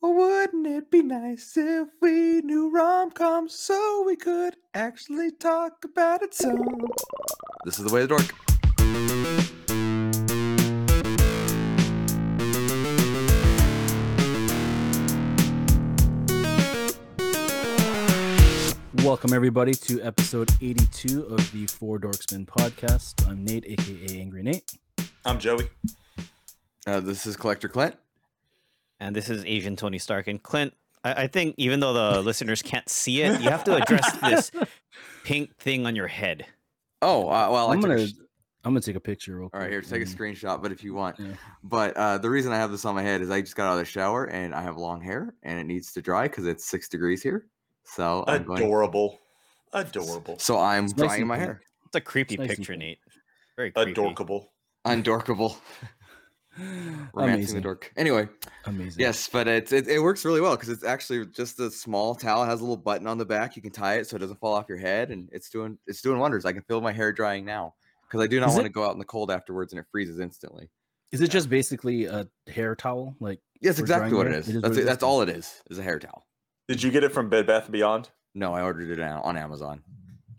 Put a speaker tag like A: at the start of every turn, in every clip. A: Well, wouldn't it be nice if we knew rom com so we could actually talk about it some? This is the way of the dork.
B: Welcome everybody to episode 82 of the Four Dorksmen podcast. I'm Nate, aka Angry Nate.
C: I'm Joey.
A: Uh, this is Collector Clint.
D: And this is Asian Tony Stark. And Clint, I, I think even though the listeners can't see it, you have to address this pink thing on your head.
A: Oh, uh, well, I
B: I'm
A: took a
B: gonna
A: sh-
B: I'm gonna take a picture real
A: all
B: quick.
A: right, here, take a
B: and-
A: screenshot, but if you want.
B: Mm-hmm. yeah.
A: But uh, the reason I have this on my head is I just got out of the shower and I have long hair and it needs to dry because it's six degrees here. So I'm going.
C: Adorable. Adorable.
A: So I'm
B: It's nice
A: drying
B: and
A: my
B: pink.
A: hair.
D: It's a creepy
B: It's nice and
D: picture,
B: pink.
D: Nate. Very creepy.
C: Adorkable.
A: Undorkable. Romancing the
B: Amazing.
A: dork. Anyway,
B: Amazing.
A: Yes, but it's, it it works really well because it's actually just a small towel. It has a little button on the back. You can tie it so it doesn't fall off your head, and it's doing it's doing wonders. I can feel my hair drying now because I do not
B: Is
A: want to
B: it-
A: go out in the cold afterwards and it freezes instantly.
B: Is it just basically a hair towel? Like
A: Yes,
B: For
A: exactly
B: drying
A: what it
B: hair?
A: is.
B: It is
A: that's
B: what
A: it,
B: it is?
A: that's all it is. Is a hair towel.
C: Did you get it from Bed Bath and Beyond?
A: No, I ordered it on on Amazon.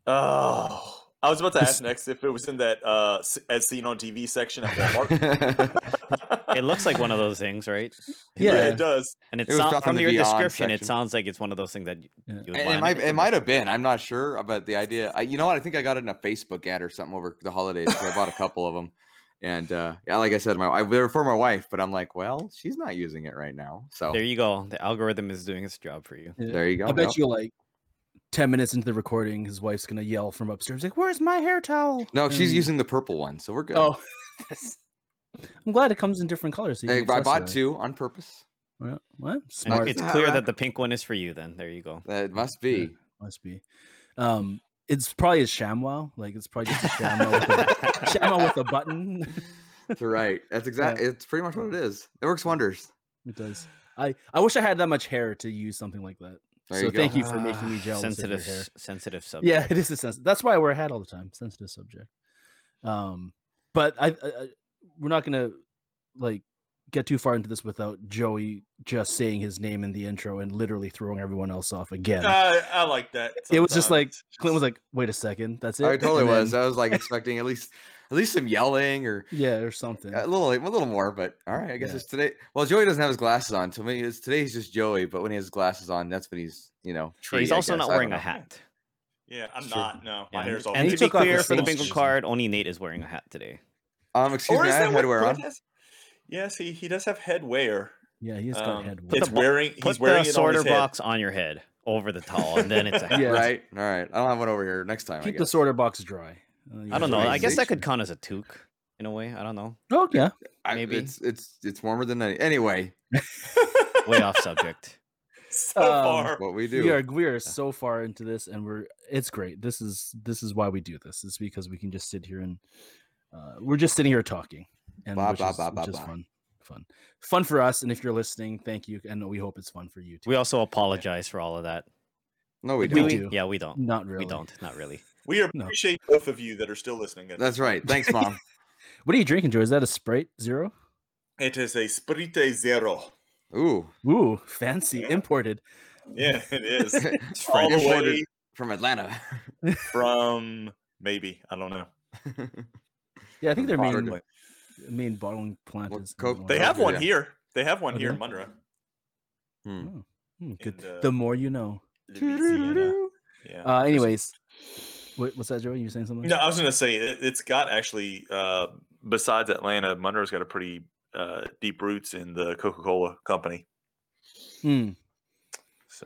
C: Oh, I was about to
B: This-
C: ask next if it was in that uh, s- as seen on TV section at Walmart.
D: It looks like one of those things, right?
C: yeah.
B: Yeah.
C: it does.
D: And it
A: It was
D: sounds
A: dropped in
D: from
A: the
D: your
A: Beyond
D: description,
A: section.
D: it sounds like it's one of those things that you,
B: Yeah.
D: you would
A: It,
D: buy
A: it
D: on
A: might it
D: Amazon.
A: might have been. I'm not sure, uh, but the idea. I, you know what? I think I got it in a Facebook ad or something over the holidays. 'cause I bought a couple of them, and uh, yeah, like I said, my I, they were for my wife, but I'm like, well, she's not using it right now, so
D: There
A: there,
D: you go. The algorithm is doing its job for you.
B: Yeah.
A: you go.
B: I
A: no.
B: bet you like 10 minutes into the recording, his wife's gonna yell from upstairs, like, Where's my hair towel?
A: No, she's
B: And-
A: using the purple one, so we're good.
B: Oh I'm glad it comes in different colors. So you
A: Hey,
B: can
A: I bought
B: accessorize.
A: two on purpose.
B: Well, What?
D: And
B: Smart.
D: it's
A: Yeah,
D: clear
A: right.
D: that the pink one is for you then. There you go.
A: That must be.
B: Must be. Um, it's probably a ShamWow. Like it's probably just a ShamWow with a, ShamWow with a button.
A: That's right. That's exactly. It's pretty much what it is. It works wonders.
B: It does. I I wish I had that much hair to use something like that.
A: There
B: so
A: you go.
B: thank you for making
D: Ah,
B: me jealous. Sensitive
D: sensitive
B: of your hair.
D: s- sensitive subject.
B: Yeah, it is a sensitive. That's why I wear a hat all the time. Sensitive subject. Um, but I, I, I we're not gonna like get too far into this without Joey just saying his name in the intro and literally throwing everyone else off again.
D: Ah.
C: I, I like that.
B: it was just like
C: sometimes.
B: Clint was like, "Wait a second, that's it."
A: I totally
B: and
A: was.
B: then-
A: I was like expecting at least at least some yelling or
B: yeah, or something.
A: A little, a little more, but all right. I guess
B: Yeah.
A: it's today. Well, Joey doesn't have his glasses on, so maybe it's today he's just Joey. But when he has his glasses on, that's when he's, you know,
D: Yeah, He's
A: tree, I
D: also
A: guess.
D: not
A: I
D: wearing
A: don't
D: a
A: know.
D: hat.
C: yeah, I'm
B: Sure.
C: not. No, my
D: Yeah,
C: hair's all.
D: and
B: He
D: to
C: pink.
D: be
B: took off his
D: clear, for the
B: sleeves.
D: bingo card, only Nate is wearing a hat today.
A: Um, excuse
C: Or
A: me,
C: is
A: I have
C: that what
A: headwear on.
C: podcast- Yes, he he does have headwear.
B: Yeah, he's got
C: Um,
B: head.
C: it's
D: the bo-
C: wearing.
D: Put
C: He's
D: the
C: wearing it on
D: sorter
C: his head.
D: box on your head over the towel, and then it's a hat.
B: Yeah.
A: Right, all right. I don't have one over here. Next time, I
B: Keep the
A: guess.
B: sorter box dry. Uh, you
D: I don't know.
B: try
D: I
B: and
D: guess
B: make
D: that could
B: sure.
D: count as a toque in a way. I don't know.
B: Oh yeah.
A: I-
D: maybe.
A: it's it's it's warmer than any. Anyway,
D: Way off subject.
C: so
B: Um,
C: far.
A: what we do.
B: We are we are so far into this, and we're it's great. This is this is why we do this. It's because we can just sit here and uh, we're just sitting here talking, and
A: Bah,
B: which
A: bah,
B: is,
A: bah, bah,
B: which is
A: bah.
B: fun, fun, fun for us. And if you're listening, thank you, and we hope it's fun for you too.
D: We also apologize for all of that.
A: no, we
B: we
A: don't.
B: do.
D: Yeah, we don't.
B: Not really.
D: We don't. Not really.
C: We
B: No.
C: appreciate both of you that are still listening.
A: That's right. Thanks, mom.
B: What are you drinking, Joe? Is that a Sprite Zero?
C: It is a Sprite Zero.
A: Ooh,
B: Ooh, fancy
C: Yeah.
B: imported.
C: Yeah, it is.
A: it's
C: All the
A: Imported
C: way
A: from Atlanta.
C: from maybe I don't know.
B: Yeah, I think their main
C: Monterey.
B: main bottling plant
A: Well,
B: is.
A: Coke-
B: Illinois.
C: They have
A: Yeah.
C: one here. They have one
B: Oh,
C: here
B: do
C: in Monroe,
A: Hmm.
B: Oh, hmm, good.
C: And, uh,
B: the more you know.
C: Louisiana. Yeah.
A: Um,
B: Uh, anyways, what, what's that, Joey? You were saying something?
C: no, I was gonna say it, it's got actually uh, besides Atlanta, Monroe's got a pretty uh, deep roots in the Coca Cola company.
B: Mm,
C: So,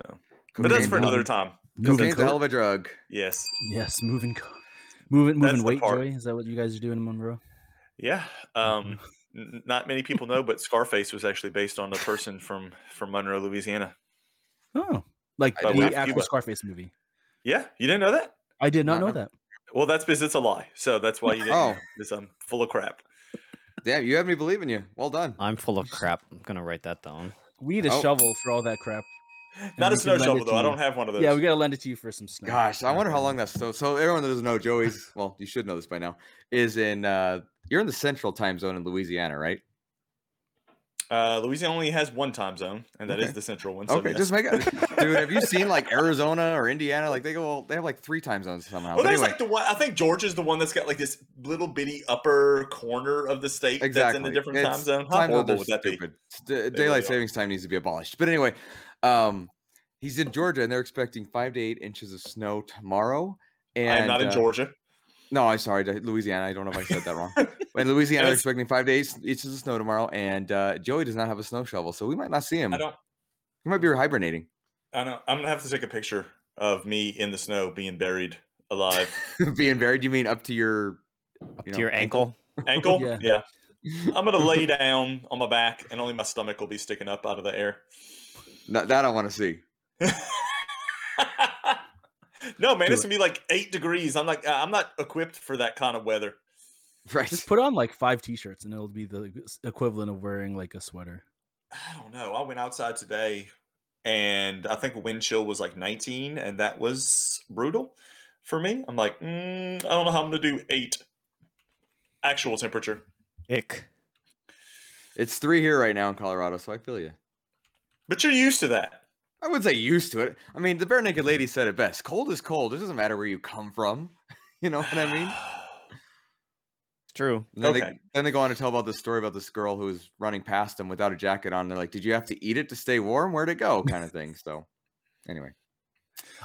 C: but that's for
A: Cocaine's a-
C: another time.
B: moving
A: Cocaine's a hell
B: coke.
A: of a drug.
C: Yes.
B: Yes, moving, co- moving,
C: That's
B: moving
C: the
B: weight,
C: part.
B: Joey. Is that what you guys are doing in Monroe?
C: Yeah. Um,
A: Mm-hmm.
C: n- not many people know, but Scarface was actually based on a person from from Monroe, Louisiana.
B: Oh, like
A: I
B: the
A: did not-
B: actual
C: Cuba.
B: Scarface movie.
C: Yeah, you didn't know that?
B: I did not
A: Not
B: know
A: know.
B: that.
C: Well, that's because it's a lie. So that's why you didn't.
A: Oh.
C: know, Because I'm full of crap.
A: Damn, you have me believing you. Well done.
D: I'm full of crap. I'm gonna write that down.
B: We need a
A: Oh.
B: shovel for all that crap.
C: Not
B: we
C: a
B: can
C: snow
B: lend it
C: shovel
B: to
C: though. I
B: you.
C: don't have one of those.
B: Yeah, we gotta lend it to you for some snow.
A: Gosh, I
B: Yeah,
A: wonder how
B: yeah.
A: long that's so. So everyone that doesn't know Joey's, well, you should know this by now, is in. uh You're in the Central Time Zone in Louisiana, right?
C: Uh, Louisiana only has one time zone, and that is
A: Okay.
C: the central one. So
A: Okay,
C: yes.
A: just make it, dude. Have you seen like Arizona or Indiana? Like they go, they have like three time zones somehow.
C: Well,
A: But
C: there's
A: anyway,
C: like the one. I think Georgia's the one that's got like this little bitty upper corner of the state that's in a different
A: It's-
C: time zone. How
A: time zones
C: horrible
A: are
C: would that be?
A: stupid. S- da-
C: really
A: daylight
C: are.
A: savings time needs to be abolished. But anyway, um, he's in Georgia and they're expecting five to eight inches of snow tomorrow. And
C: I am not in
A: uh,
C: Georgia.
A: No, I'm sorry, d- Louisiana. I don't know if I said that wrong. In Louisiana, they're
C: That's-
A: expecting five to eight s- inches of snow tomorrow, and uh, Joey does not have a snow shovel, so we might not see him.
C: I don't.
A: He might be hibernating,
C: I don't. I'm gonna have to take a picture of me in the snow being buried alive.
A: being buried. You mean up to your
D: Up
A: you
D: to
A: know,
D: your ankle.
C: Ankle.
B: Yeah.
C: yeah. I'm gonna lay down on my back, and only my stomach will be sticking up out of the air.
A: No, that I want to see.
C: no, man,
B: Do
C: it's gonna be like eight degrees. I'm like, I'm not equipped for that kind of weather.
A: Right.
B: Just put on like five t-shirts and it'll be the s- equivalent of wearing like a sweater.
C: I don't know. I went outside today, and I think wind chill was like 19, and that was brutal for me. I'm like, mm, I don't know how I'm gonna do eight actual temperature.
D: Ick.
A: It's three here right now in Colorado, so I feel you.
C: But you're used to that.
A: I would say used to it. I mean, the bare naked lady said it best. Cold is cold. It doesn't matter where you come from. You know what I mean?
D: It's true.
A: And then, they,
C: Okay.
A: then they go on to tell about this story about this girl who was running past them without a jacket on. They're like, "Did you have to eat it to stay warm? Where'd it go?" Kind of thing. So, anyway,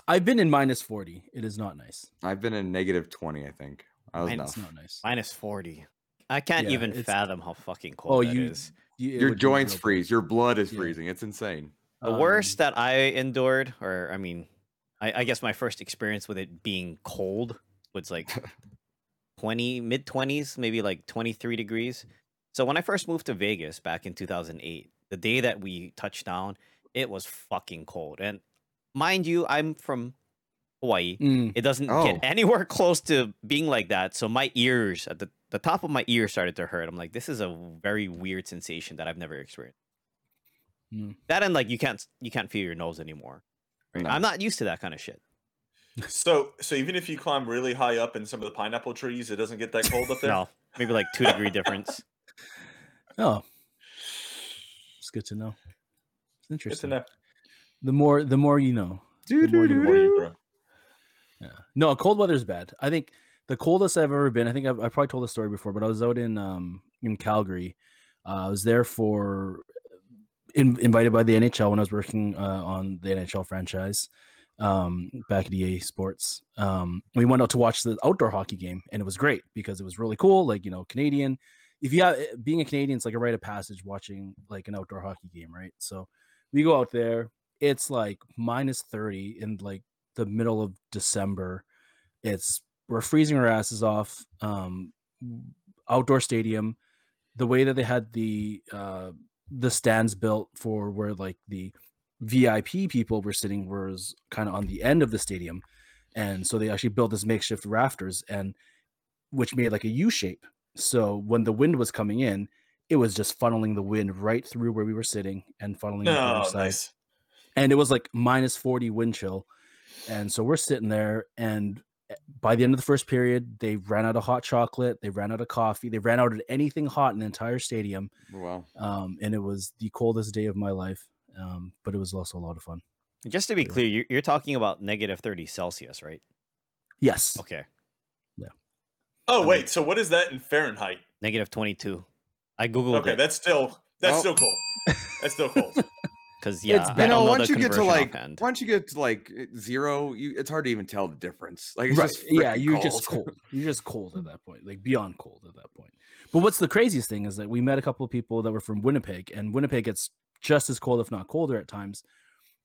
B: I've been in minus 40. It is not nice.
A: I've been in negative twenty. I think I was
D: Mine
A: enough.
B: It's not nice.
D: Minus 40. I can't
B: Yeah,
D: even
B: it's-
D: fathom how fucking
B: Oh,
D: cold that
B: you-
D: is.
B: You- it
A: Your
B: would be
A: joints
B: real bad.
A: freeze. Your blood is
B: Yeah.
A: freezing. It's insane.
D: The
B: Um,
D: worst that I endured, or I mean, I, I guess my first experience with it being cold was like 20, mid 20s, maybe like 23 degrees. So when I first moved to Vegas back in 2008, the day that we touched down, it was fucking cold. And mind you, I'm from Hawaii.
B: Mm,
D: It doesn't
A: Oh.
D: get anywhere close to being like that. So my ears at the, the top of my ear started to hurt. I'm like, this is a very weird sensation that I've never experienced.
B: Mm.
D: That and like you can't you can't feel your nose anymore. right?
A: No.
D: I'm not used to that kind of shit.
C: So, so even if you climb really high up in some of the pineapple trees, it doesn't get that cold up there.
D: No, maybe like two degree difference.
B: oh, it's good to know. It's
C: Good to
B: interesting.
C: know.
B: The more, the more you know.
A: Doo, doo,
B: more
C: Good
A: doo,
B: you
C: for you,
A: doo.
C: bro.
B: Yeah. No, cold weather's bad. I think the coldest I've ever been. I think I've, I probably told the story before, but I was out in um in Calgary. Uh, I was there for in, invited by the NHL when I was working uh, on the NHL franchise um back at EA Sports. Um we went out to watch the outdoor hockey game and it was great because it was really cool like you know Canadian if you have eh, being a Canadian it's like a rite of passage watching like an outdoor hockey game, right? So we go out there, it's like minus 30 and like the middle of December. It's we're freezing our asses off. Um, w- outdoor stadium. The way that they had the uh, the stands built for where like the VIP people were sitting was kind of on the end of the stadium, and so they actually built this makeshift rafters and which made like a U shape. So when the wind was coming in, it was just funneling the wind right through where we were sitting and funneling it the
C: No,
B: other side
C: Oh, nice.
B: and it was like minus 40 wind chill and so we're sitting there and e- by the end of the first period they ran out of hot chocolate they ran out of coffee they ran out of anything hot in the entire stadium
A: Wow.
B: um, and it was the coldest day of my life um, but it was also a lot of fun
D: Just to be
B: Yeah.
D: clear, you're, you're talking about negative 30 Celsius, right?
B: yes
D: Okay,
C: Oh wait, so what is that in Fahrenheit?
D: negative 22. I googled
C: Okay,
D: it
C: that's still that's
A: Well-
C: still cold. That's still cold.
D: because yeah, I
A: you
D: don't
A: know,
D: know
A: once
D: the
A: you get to
D: conversion
A: like,
D: offhand.
A: once you get to like eh, zero, you, it's hard to even tell the difference. Like, it's
B: right.
A: just
B: yeah,
A: frickin'
B: you're just cold. You're just cold at that point, like beyond cold at that point. But what's the craziest thing is that we met a couple of people that were from Winnipeg, and Winnipeg gets just as cold, if not colder, at times.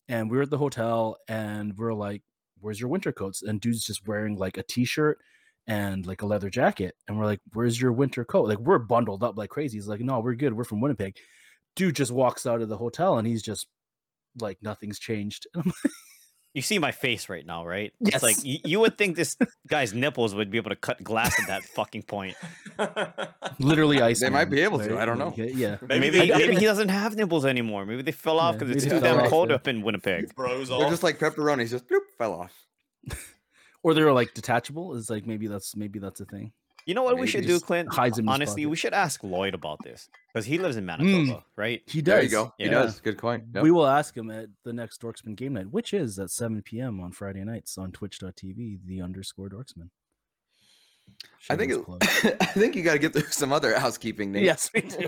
B: And we were at the hotel, and we are like, "Where's your winter coats?" And dude's just wearing like a t-shirt and like a leather jacket, and we're like, "Where's your winter coat?" Like we're bundled up like crazy. He's like, "No, we're good. We're from Winnipeg." Dude just walks out of the hotel, and he's just like nothing's changed. And I'm like,
D: You see my face right now, right? It's like
B: Yes.
D: you, you would think this guy's nipples would be able to cut glass at that fucking point.
B: literally ice.
A: They might be able to, I don't know.
B: Yeah.
D: Maybe,
C: they
B: I- I-
D: maybe he doesn't have nipples anymore. Maybe they fell off
B: Yeah,
D: because
B: maybe
D: it's
A: they
D: too
A: fell
D: damn
A: off,
D: cold
B: yeah.
D: up in Winnipeg.
C: bros
A: They're
C: off.
A: just like pepperonis, just bloop, fell off.
B: or they're like detachable is like maybe that's maybe that's a thing
D: You know what we
A: Maybe
D: should
A: he
D: do,
B: just
D: Clint?
B: hides him in his
D: Honestly,
B: pocket.
D: we should ask Lloyd about this because he lives in Manitoba, right?
B: He does.
A: There you go. He
D: Yeah.
A: does. Good point. Yep.
B: We will ask him at the next Dorksman game night, which is at 7 p.m. on Friday nights on twitch.tv, the underscore Dorksman.
A: I think
B: Shameless
A: it,
B: plug.
A: I think you got to get through some other housekeeping. Nate.
B: yes, we do.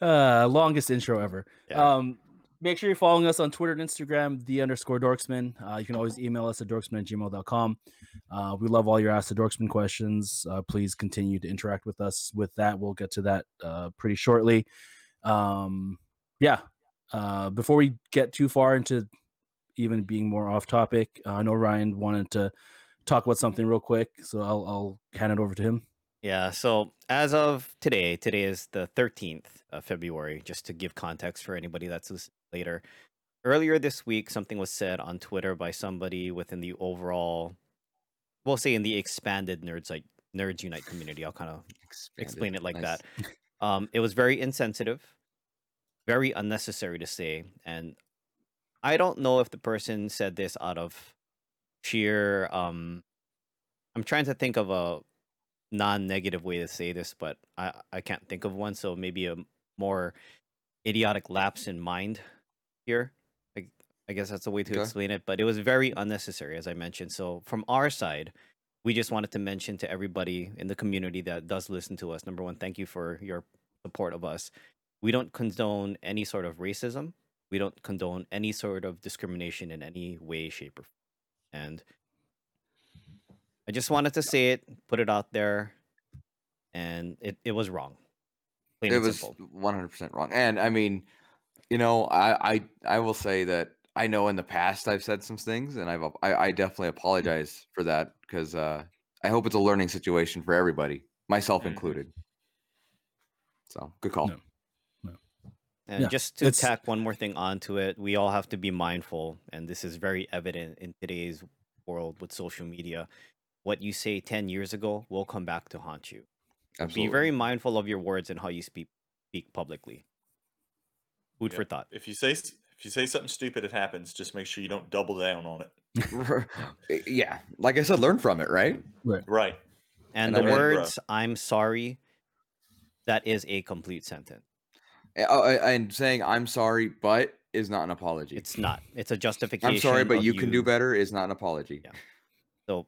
B: uh, longest intro ever.
D: Yeah.
B: Um, make sure you're following us on Twitter and Instagram, the underscore dorksman. Uh, you can always email us at dorksman at gmail.com. Uh, we love all your Ask the Dorksman questions. Uh, please continue to interact with us with that. We'll get to that uh, pretty shortly. Um, yeah. Uh, before we get too far into even being more off topic, uh, I know Ryan wanted to talk about something real quick, so I'll, I'll hand it over to him.
D: Yeah. So as of today, today is the 13th of February, just to give context for anybody that's listening later. Earlier this week, something was said on Twitter by somebody within the overall, we'll say in the expanded Nerds, like Nerds Unite community. I'll kind of
A: Expanded.
D: explain it like
A: Nice.
D: that. Um, it was very insensitive, very unnecessary to say, and I don't know if the person said this out of sheer. Um, I'm trying to think of a non-negative way to say this, but I I can't think of one. So maybe a more idiotic lapse in mind here. I, I guess that's a way to
A: Okay.
D: explain it. But it was very unnecessary, as I mentioned. So from our side we just wanted to mention to everybody in the community that does listen to us number one thank you for your support of us we don't condone any sort of racism we don't condone any sort of discrimination in any way shape or form and i just wanted to say it put it out there and it, it was wrong Plain
A: it
D: and
A: was
D: simple.
A: 100% wrong and i mean you know I, I i will say that i know in the past i've said some things and i've ap- i, I definitely apologize for that because uh i hope it's a learning situation for everybody myself
D: Mm-hmm.
C: Mhm.
A: included so good call
B: No.
D: And
B: Yeah,
D: just to
B: it's-
D: tack one more thing onto it, we all have to be mindful, and this is very evident in today's world with social media. What you say 10 years ago will come back to haunt you.
A: absolutely
D: Be very mindful of your words and how you speak, speak publicly. Food
C: Yeah.
D: for thought.
C: if you say s- if you say something stupid, it happens. Just make sure you don't double down on it.
A: Eh, yeah like i said learn from it right
C: Right.
A: And
D: And, the
A: I mean,
C: bro.
D: words, I'm sorry, that is a complete sentence.
A: A- oh, a- and saying i'm sorry but is not an apology
D: It's not, it's a justification.
A: i'm sorry but
D: of
A: you, can do better is not an apology
D: Yeah. So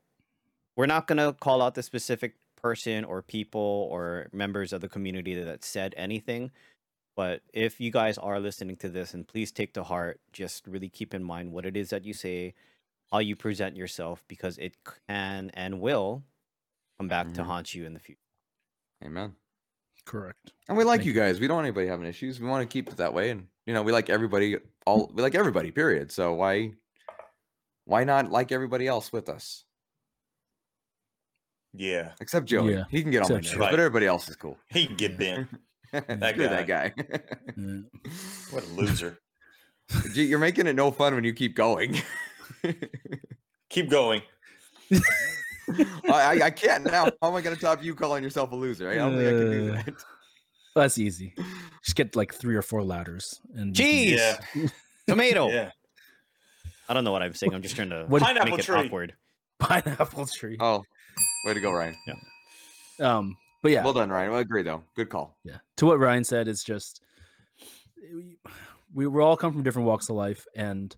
D: we're not going to call out the specific person or people or members of the community that said anything. But if you guys are listening to this, and please take to heart, just really keep in mind what it is that you say, how you present yourself, because it can and will come back to
A: Mhm.
D: haunt you in the future.
A: amen
B: Correct.
A: And we like
B: Thank
A: you guys. We don't want anybody having issues. We want to keep it that way. And you know, we like everybody all we like everybody, period. So why why not like everybody else with us?
C: Yeah.
A: Except Joey.
B: Yeah,
A: He can get on my
B: except
A: nerves,
C: Joey.
A: but everybody else is cool.
C: He can get bent.
A: that, guy. that guy.
B: Uh,
C: What a loser.
A: Gee, You're making it no fun when you keep going. I,
C: Keep going.
A: I, I can't now. How am I gonna top you calling yourself a loser? I don't think I can do
B: Uh,
A: that.
B: That's easy. Just get like three or four ladders. And you can-
D: Jeez,
C: Yeah.
D: tomato.
C: Yeah.
D: I don't know what I'm saying. I'm just trying to
B: What-
D: make
C: Pineapple
D: it
C: tree.
D: awkward.
B: pineapple tree.
A: Oh, way to go, Ryan.
B: Um, but yeah,
A: Well done, Ryan. Well, agree though. Good call.
B: yeah. To what Ryan said, it's just eh, we, we we all come from different walks of life, and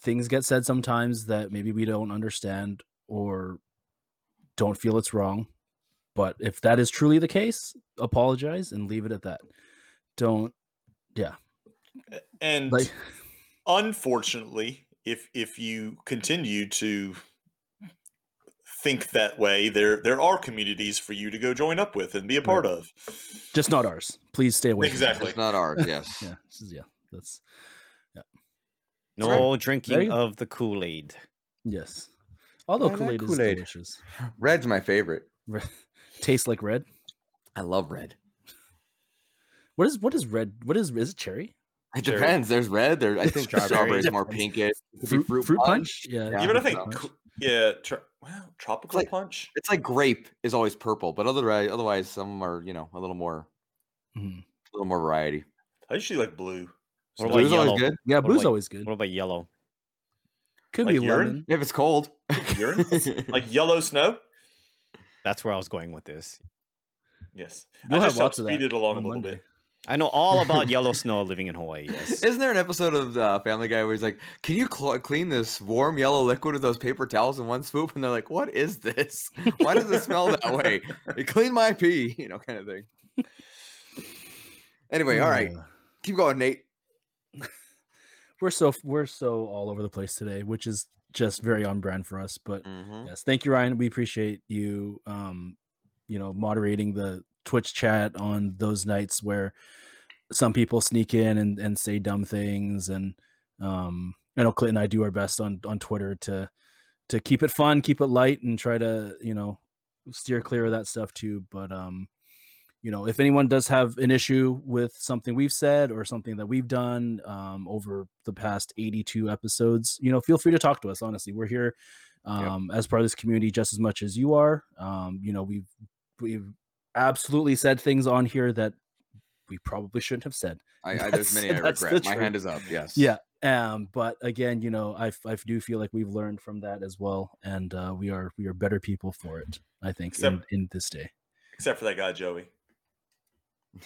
B: things get said sometimes that maybe we don't understand or don't feel it's wrong. But if that is truly the case, apologize and leave it at that. Don't
C: And
B: like
C: unfortunately, if if you continue to think that way, there there are communities for you to go join up with and be a part of.
B: just not ours. Please stay away. from that.
C: Exactly.
A: It's not ours, yes.
B: Yeah. this is- Yeah. That's
D: No
A: Sorry.
D: drinking
B: go.
D: of the Kool Aid.
B: yes. Although
A: I like
B: Kool Aid is
A: Kool-Aid.
B: delicious.
A: Red's my favorite.
B: Re- tastes like red.
A: I love red.
B: What is what is red? What is is it cherry?
A: It
C: Cherry.
A: depends. There's red. There, I think
D: Strawberry.
A: strawberry is more pinkish. It could be
B: Yeah.
A: Yeah,
C: You know, I
A: think
C: think co- yeah, tro- wow, tropical
A: like-
C: punch.
A: It's like grape is always purple, but otherwise, otherwise some are you know a little more,
B: Mhm.
A: a little more variety.
C: I usually like blue. So
D: Or like
A: Blue's
D: yellow.
A: always good
B: Yeah,
D: Or
B: blue's
D: like-
B: always good.
D: What about yellow?
B: Could
C: like
B: be
C: urine?
B: lemon.
A: if it's cold.
C: urine? like yellow snow.
D: That's where I was going with this.
C: Yes.
B: You'll
C: I
B: have
C: just helped
B: lots of that
C: speed it along a
B: on
C: little
B: Monday.
C: bit.
D: I know all about yellow snow living in Hawaii. Yes.
A: Isn't there an episode of uh, Family Guy where he's like, "Can you cl- clean this warm yellow liquid with those paper towels in one swoop?" And they're like, "What is this? Why does it smell that way? It clean my pee," you know, kind of thing. Anyway, all right,
B: Ugh.
A: keep going, Nate.
B: We're so we're so all over the place today, which is just very on brand for us. But
A: Mm-hmm.
B: yes, thank you, Ryan. We appreciate you. Um, you know, moderating the Twitch chat on those nights where some people sneak in and, and say dumb things, and um, I know Clinton and I do our best on on Twitter to to keep it fun, keep it light, and try to you know steer clear of that stuff too. But um, you know, if anyone does have an issue with something we've said or something that we've done um, over the past 82 episodes, you know, feel free to talk to us. Honestly, we're here um, as part of this community just as much as you are. Um, you know, we've we've absolutely said things on here that we probably shouldn't have said.
A: I, I, there's
B: That's-
A: many I
B: that's the
A: regret. My hand is
B: truth.
A: up. Yes. Uh,
B: Yeah. Um, but again, you know, I I do feel like we've learned from that as well, and uh, we are we are better people for it. I think in,
C: Except-
B: in this day.
C: Except for that guy, Joey.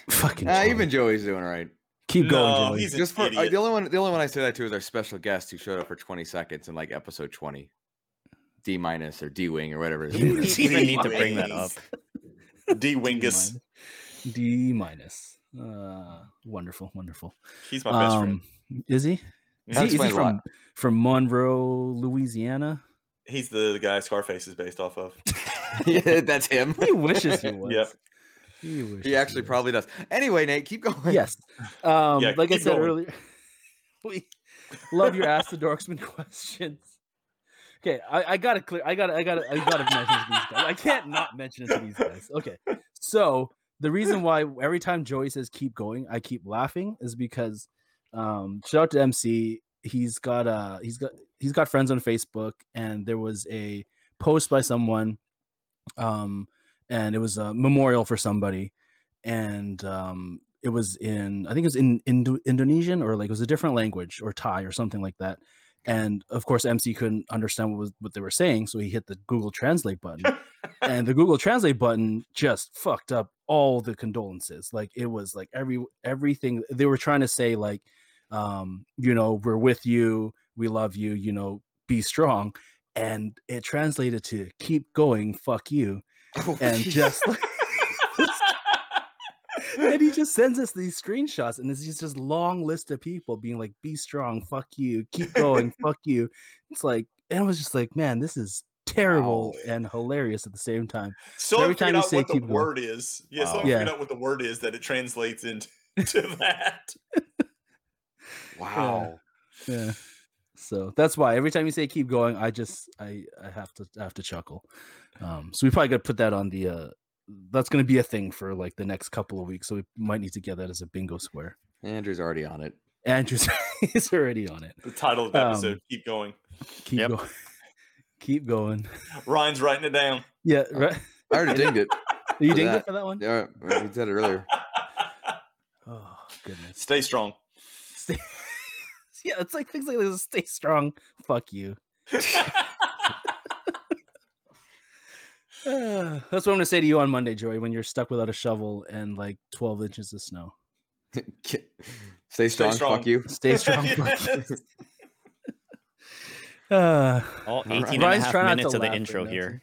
B: Fucking
A: Uh,
B: Joey.
A: even Joey's doing all right.
B: keep going.
C: No,
B: Joey.
C: he's an
A: Just for uh,
C: idiot.
A: the only one, the only one I say that to is our special guest who showed up for 20 seconds in like episode 20, D minus or D wing or whatever. His
D: You
A: name
D: didn't
A: is.
D: even need to bring that up.
C: Please. D Wingus.
B: D minus. Uh, wonderful, wonderful.
C: He's my best
B: Um,
C: friend.
B: Is he? Is
A: That
B: he, is he
A: explains a lot.
B: from, from Monroe, Louisiana?
C: He's the, the guy Scarface is based off of.
A: yeah, that's him.
B: He wishes he was.
C: Yep.
B: He, wishes
A: He actually
B: was.
A: probably does. Anyway, Nate, keep going.
B: Yes. Um,
C: Yeah,
B: like I
C: keep
B: said
C: going.
B: earlier, we love your ask the dorksman questions. Okay, I, I gotta clear. I gotta. I gotta. I gotta mention it to these guys. I can't not mention it to these guys. Okay, so the reason why every time Joey says "keep going," I keep laughing is because um, shout out to MC. He's got uh he's got he's got friends on Facebook, and there was a post by someone, um, and it was a memorial for somebody, and um, it was in I think it was in Indo- Indonesian or like it was a different language or Thai or something like that. And of course, MC couldn't understand what was what they were saying, so he hit the Google Translate button, and the Google Translate button just fucked up all the condolences. Like it was like every everything they were trying to say, like, um, you know, we're with you, we love you, you know, be strong, and it translated to keep going, fuck you, and just like and he just sends us these screenshots and this is just long list of people being like be strong fuck you keep going fuck you it's like and i was just like man this is terrible
A: Wow.
B: and hilarious at the same time
C: So
B: Every
C: every time
B: time you
C: out
B: say
C: what the
B: keep going.
C: word is. Yeah, so
D: Wow.
C: I figured
B: Yeah.
C: out what the word is that it translates into to that.
A: wow.
B: yeah so that's why every time you say keep going i just i i have to I have to chuckle um so we probably got to put that on the uh that's going to be a thing for like the next couple of weeks so we might need to get that as a bingo square
A: Andrew's already on it.
B: andrew's is already on it
C: The title of the
B: Um,
C: episode. keep going.
B: keep
D: Yep.
B: going keep going
C: Ryan's writing it down.
B: yeah right
A: I already dinged it.
B: you
A: for
B: dinged
A: that.
B: it for that one
A: Yeah, we said it earlier.
B: Oh goodness.
C: Stay strong.
B: Stay- yeah, it's like things like this. Stay strong. Fuck you. Uh, that's what I'm gonna say to you on Monday, Joey, when you're stuck without a shovel and like 12 inches of snow.
A: Stay strong,
C: strong.
A: Fuck you.
B: Stay strong. fuck you.
C: Yes.
B: uh,
D: All 18 and a
B: Ryan's
D: half
B: trying not
D: minutes
B: to
D: of the
B: laugh right
D: intro
B: now,
D: here.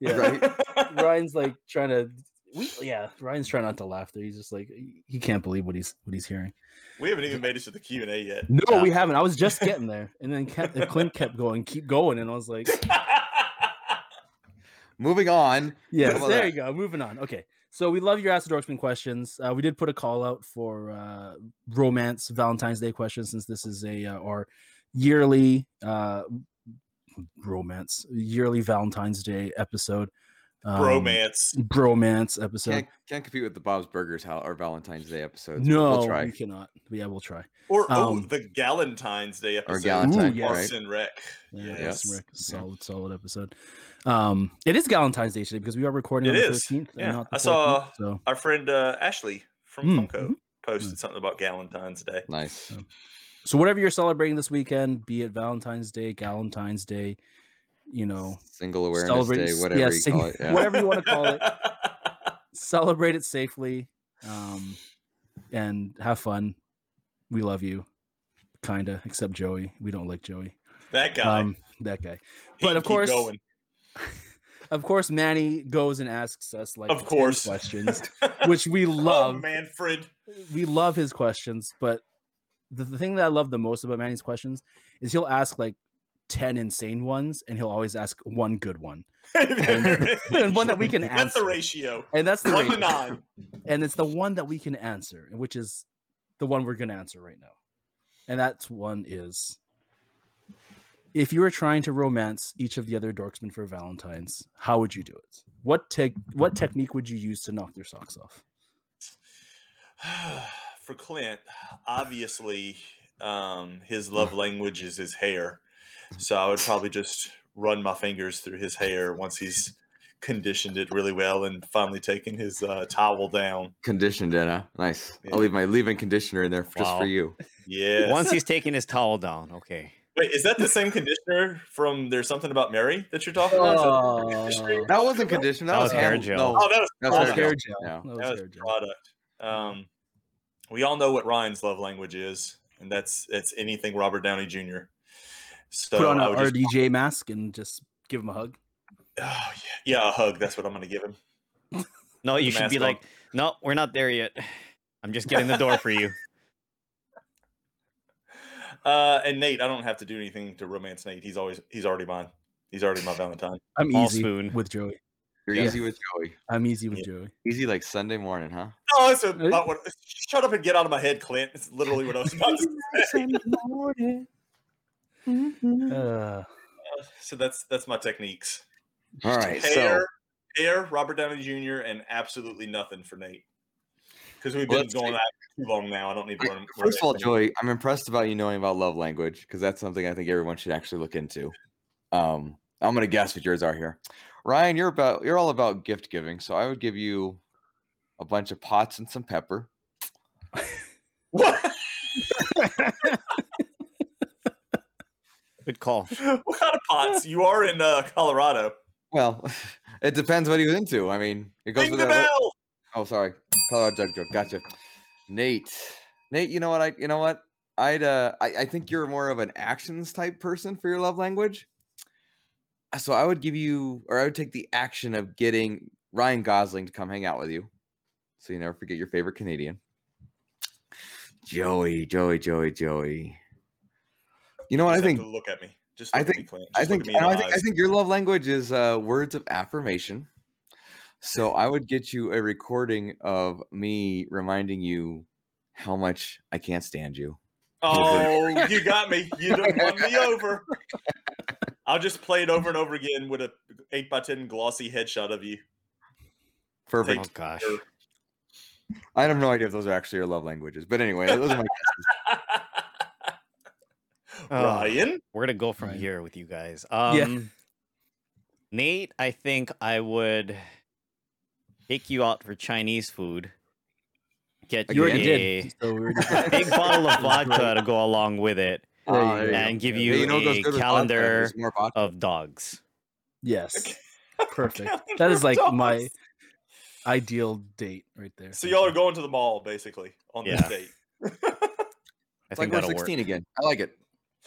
B: yeah.
A: Right?
B: Ryan's like trying to. We, yeah, Ryan's trying not to laugh. There, he's just like he- he can't believe what he's what he's hearing.
C: we haven't even made it to the Q and A yet.
B: No,
D: Yeah.
B: we haven't. I was just getting there, and then kept, Clint kept going, keep going, and I was like,
A: Moving on.
B: Yes,
A: about
B: there
A: that?
B: you go. Moving on. Okay, so we love your Ask the Dorksman questions. Uh, we did put a call out for uh, romance Valentine's Day questions since this is a uh, our yearly uh, romance yearly Valentine's Day episode. Um,
C: Bromance.
B: bromance episode.
A: Can't, can't compete with the Bob's Burgers how, or Valentine's Day episodes. but
B: no,
A: We'll try.
B: we cannot. Yeah, we'll try.
C: Or oh,
B: um,
C: the Galentine's Day episode.
A: Galentine,
B: Ooh, yes.
A: right?
C: Parks and Rec.
B: Yeah,
C: Yes.
B: that's some rec-
A: Yeah.
B: solid, solid episode. Um, it is Valentine's Day today because we are recording on
C: It
B: the
C: is.
B: thirteenth.
C: Yeah.
B: not the
C: I saw-
B: 14th, So
C: Our friend uh, Ashley from
B: Mm,
C: Funko posted something about Galentine's Day.
A: Nice.
B: So whatever you're celebrating this weekend, be it Valentine's Day, Galentine's Day, you know,
A: Single awareness
B: celebrate-
A: day,
B: yeah,
A: whatever you
B: sing-
A: call it. Yeah.
B: whatever you want to call it.
C: it.
B: celebrate it safely um and have fun we love you kinda except joey we don't like joey
C: That guy.
B: um that guy
C: He
B: but
C: can
B: of
C: keep
B: course-
C: going.
B: of course manny goes and asks us like
C: Of
B: 10
C: course.
B: questions which we
C: Oh,
B: love
C: Manfred.
B: we love his questions but the, the thing that i love the most about manny's questions is he'll ask like 10 insane ones and he'll always ask one good one and one that we can
C: That's the
B: answer
C: ratio.
B: and that's the
C: One to
B: rate.
C: nine.
B: and it's the one that we can answer, which is the one we're going to answer right now. And that's one is if you were trying to romance each of the other dorksmen for Valentine's, how would you do it? What tech what technique would you use to knock their socks off?
C: For Clint, obviously, um, his love language is his hair. So I would probably just run my fingers through his hair once he's conditioned it really well and finally taken his uh, towel down.
A: Conditioned it, huh? Nice.
C: Yeah.
A: I'll leave my leave-in conditioner in there f- just
D: Wow.
A: for you.
C: Yeah.
D: Once he's taking his towel down, okay.
C: Wait, is that the same conditioner from There's Something About Mary that you're talking about? Is that the same conditioner you're
B: Oh,
A: That
C: talking
A: wasn't
C: about?
A: conditioned.
D: That
A: That,
D: was hair
A: hand-
D: gel.
A: No,
C: Oh, that was
A: that
B: that
A: was
B: was
A: hair
B: hair
A: gel. Yeah.
B: gel. That was
C: that was
B: hair gel.
C: product. Um, we all know what Ryan's love language is, and that's it's anything Robert Downey Jr. So
B: Put on
C: I
B: an
C: would just-
B: RDJ mask and just give him a hug.
C: oh, yeah, yeah, a hug. That's what I'm gonna give him.
D: No, you
C: The
D: should be
C: mask
D: like, no, we're not there yet. I'm just getting the door for you.
C: Uh, and Nate, I don't have to do anything to romance Nate. He's always he's already mine. He's already my Valentine.
B: I'm
D: All
B: easy
D: spoon.
B: with Joey.
A: You're
B: Yeah.
A: easy with Joey.
B: I'm easy with
C: Yeah.
B: Joey.
A: Easy like Sunday morning, huh?
C: Oh, that's about what. Shut up and get out of my head, Clint. It's literally what I was about to say.
B: Uh,
C: So that's that's my techniques.
A: All right. So
C: hair, hair, Robert Downey Jr., and absolutely nothing for Nate. Because we've
A: Well,
C: been
A: let's
C: going
A: see.
C: at it too long now. I don't need to
A: I-
C: learn. learn
A: first of all,
C: anything.
A: Joey, I'm impressed about you knowing about love language because that's something I think everyone should actually look into. Um, I'm gonna guess what yours are here. Ryan, you're about you're all about gift giving, so I would give you a bunch of pots and some pepper.
C: What?
D: Good call.
C: what kind of pots? You are in uh, Colorado.
A: Well, it depends what he was into. I mean, it goes
C: Ring
A: with
C: the bell.
A: Oh, sorry, Colorado jug joke. Gotcha. Nate, Nate, you know what? I you know what? I'd uh, I, I think you're more of an actions type person for your love language. Uh, So I would give you, or I would take the action of getting Ryan Gosling to come hang out with you, so you never forget your favorite Canadian. Joey, Joey, Joey, Joey. You know what? I
C: Just have
A: think
C: to look at me. Just
A: I
C: look at
A: think-
C: me, Clint.
A: I
C: Just look
A: think,
C: at
A: and
C: me
A: I
C: in the
A: think I
C: eyes.
A: think your love language is uh, words of affirmation. So I would get you a recording of me reminding you how much I can't stand you.
C: Oh, you got me. You done won me over. I'll just play it over and over again with a eight by ten glossy headshot of you.
D: Oh
A: Perfect.
D: gosh.
A: I have no idea if those are actually your love languages, but anyway, those are my guesses.
B: Oh,
D: Oh,
C: Ryan,
D: Where to go from
B: Right.
D: here with you guys? Um
B: Yeah.
D: Nate, I think I would take you out for Chinese food. Get
B: you
D: you
B: already
D: a
B: did. So we already did.
D: big bottle of vodka to go along with it
B: There you
A: Ah, there
B: go.
A: you
D: and give
B: Yeah,
D: you,
A: Yeah, know what goes
D: a
A: good with vodka
D: calendar Oh,
A: is more vodka.
D: of dogs.
B: Yes. Perfect. That
C: Calendar
B: is like
C: of
B: my
C: dogs.
B: ideal date right there.
C: So y'all are going to the mall basically on
D: Yeah.
C: this date.
D: I
A: It's
D: think
A: like we're
D: that'll
A: 16
D: work.
A: again. I like it.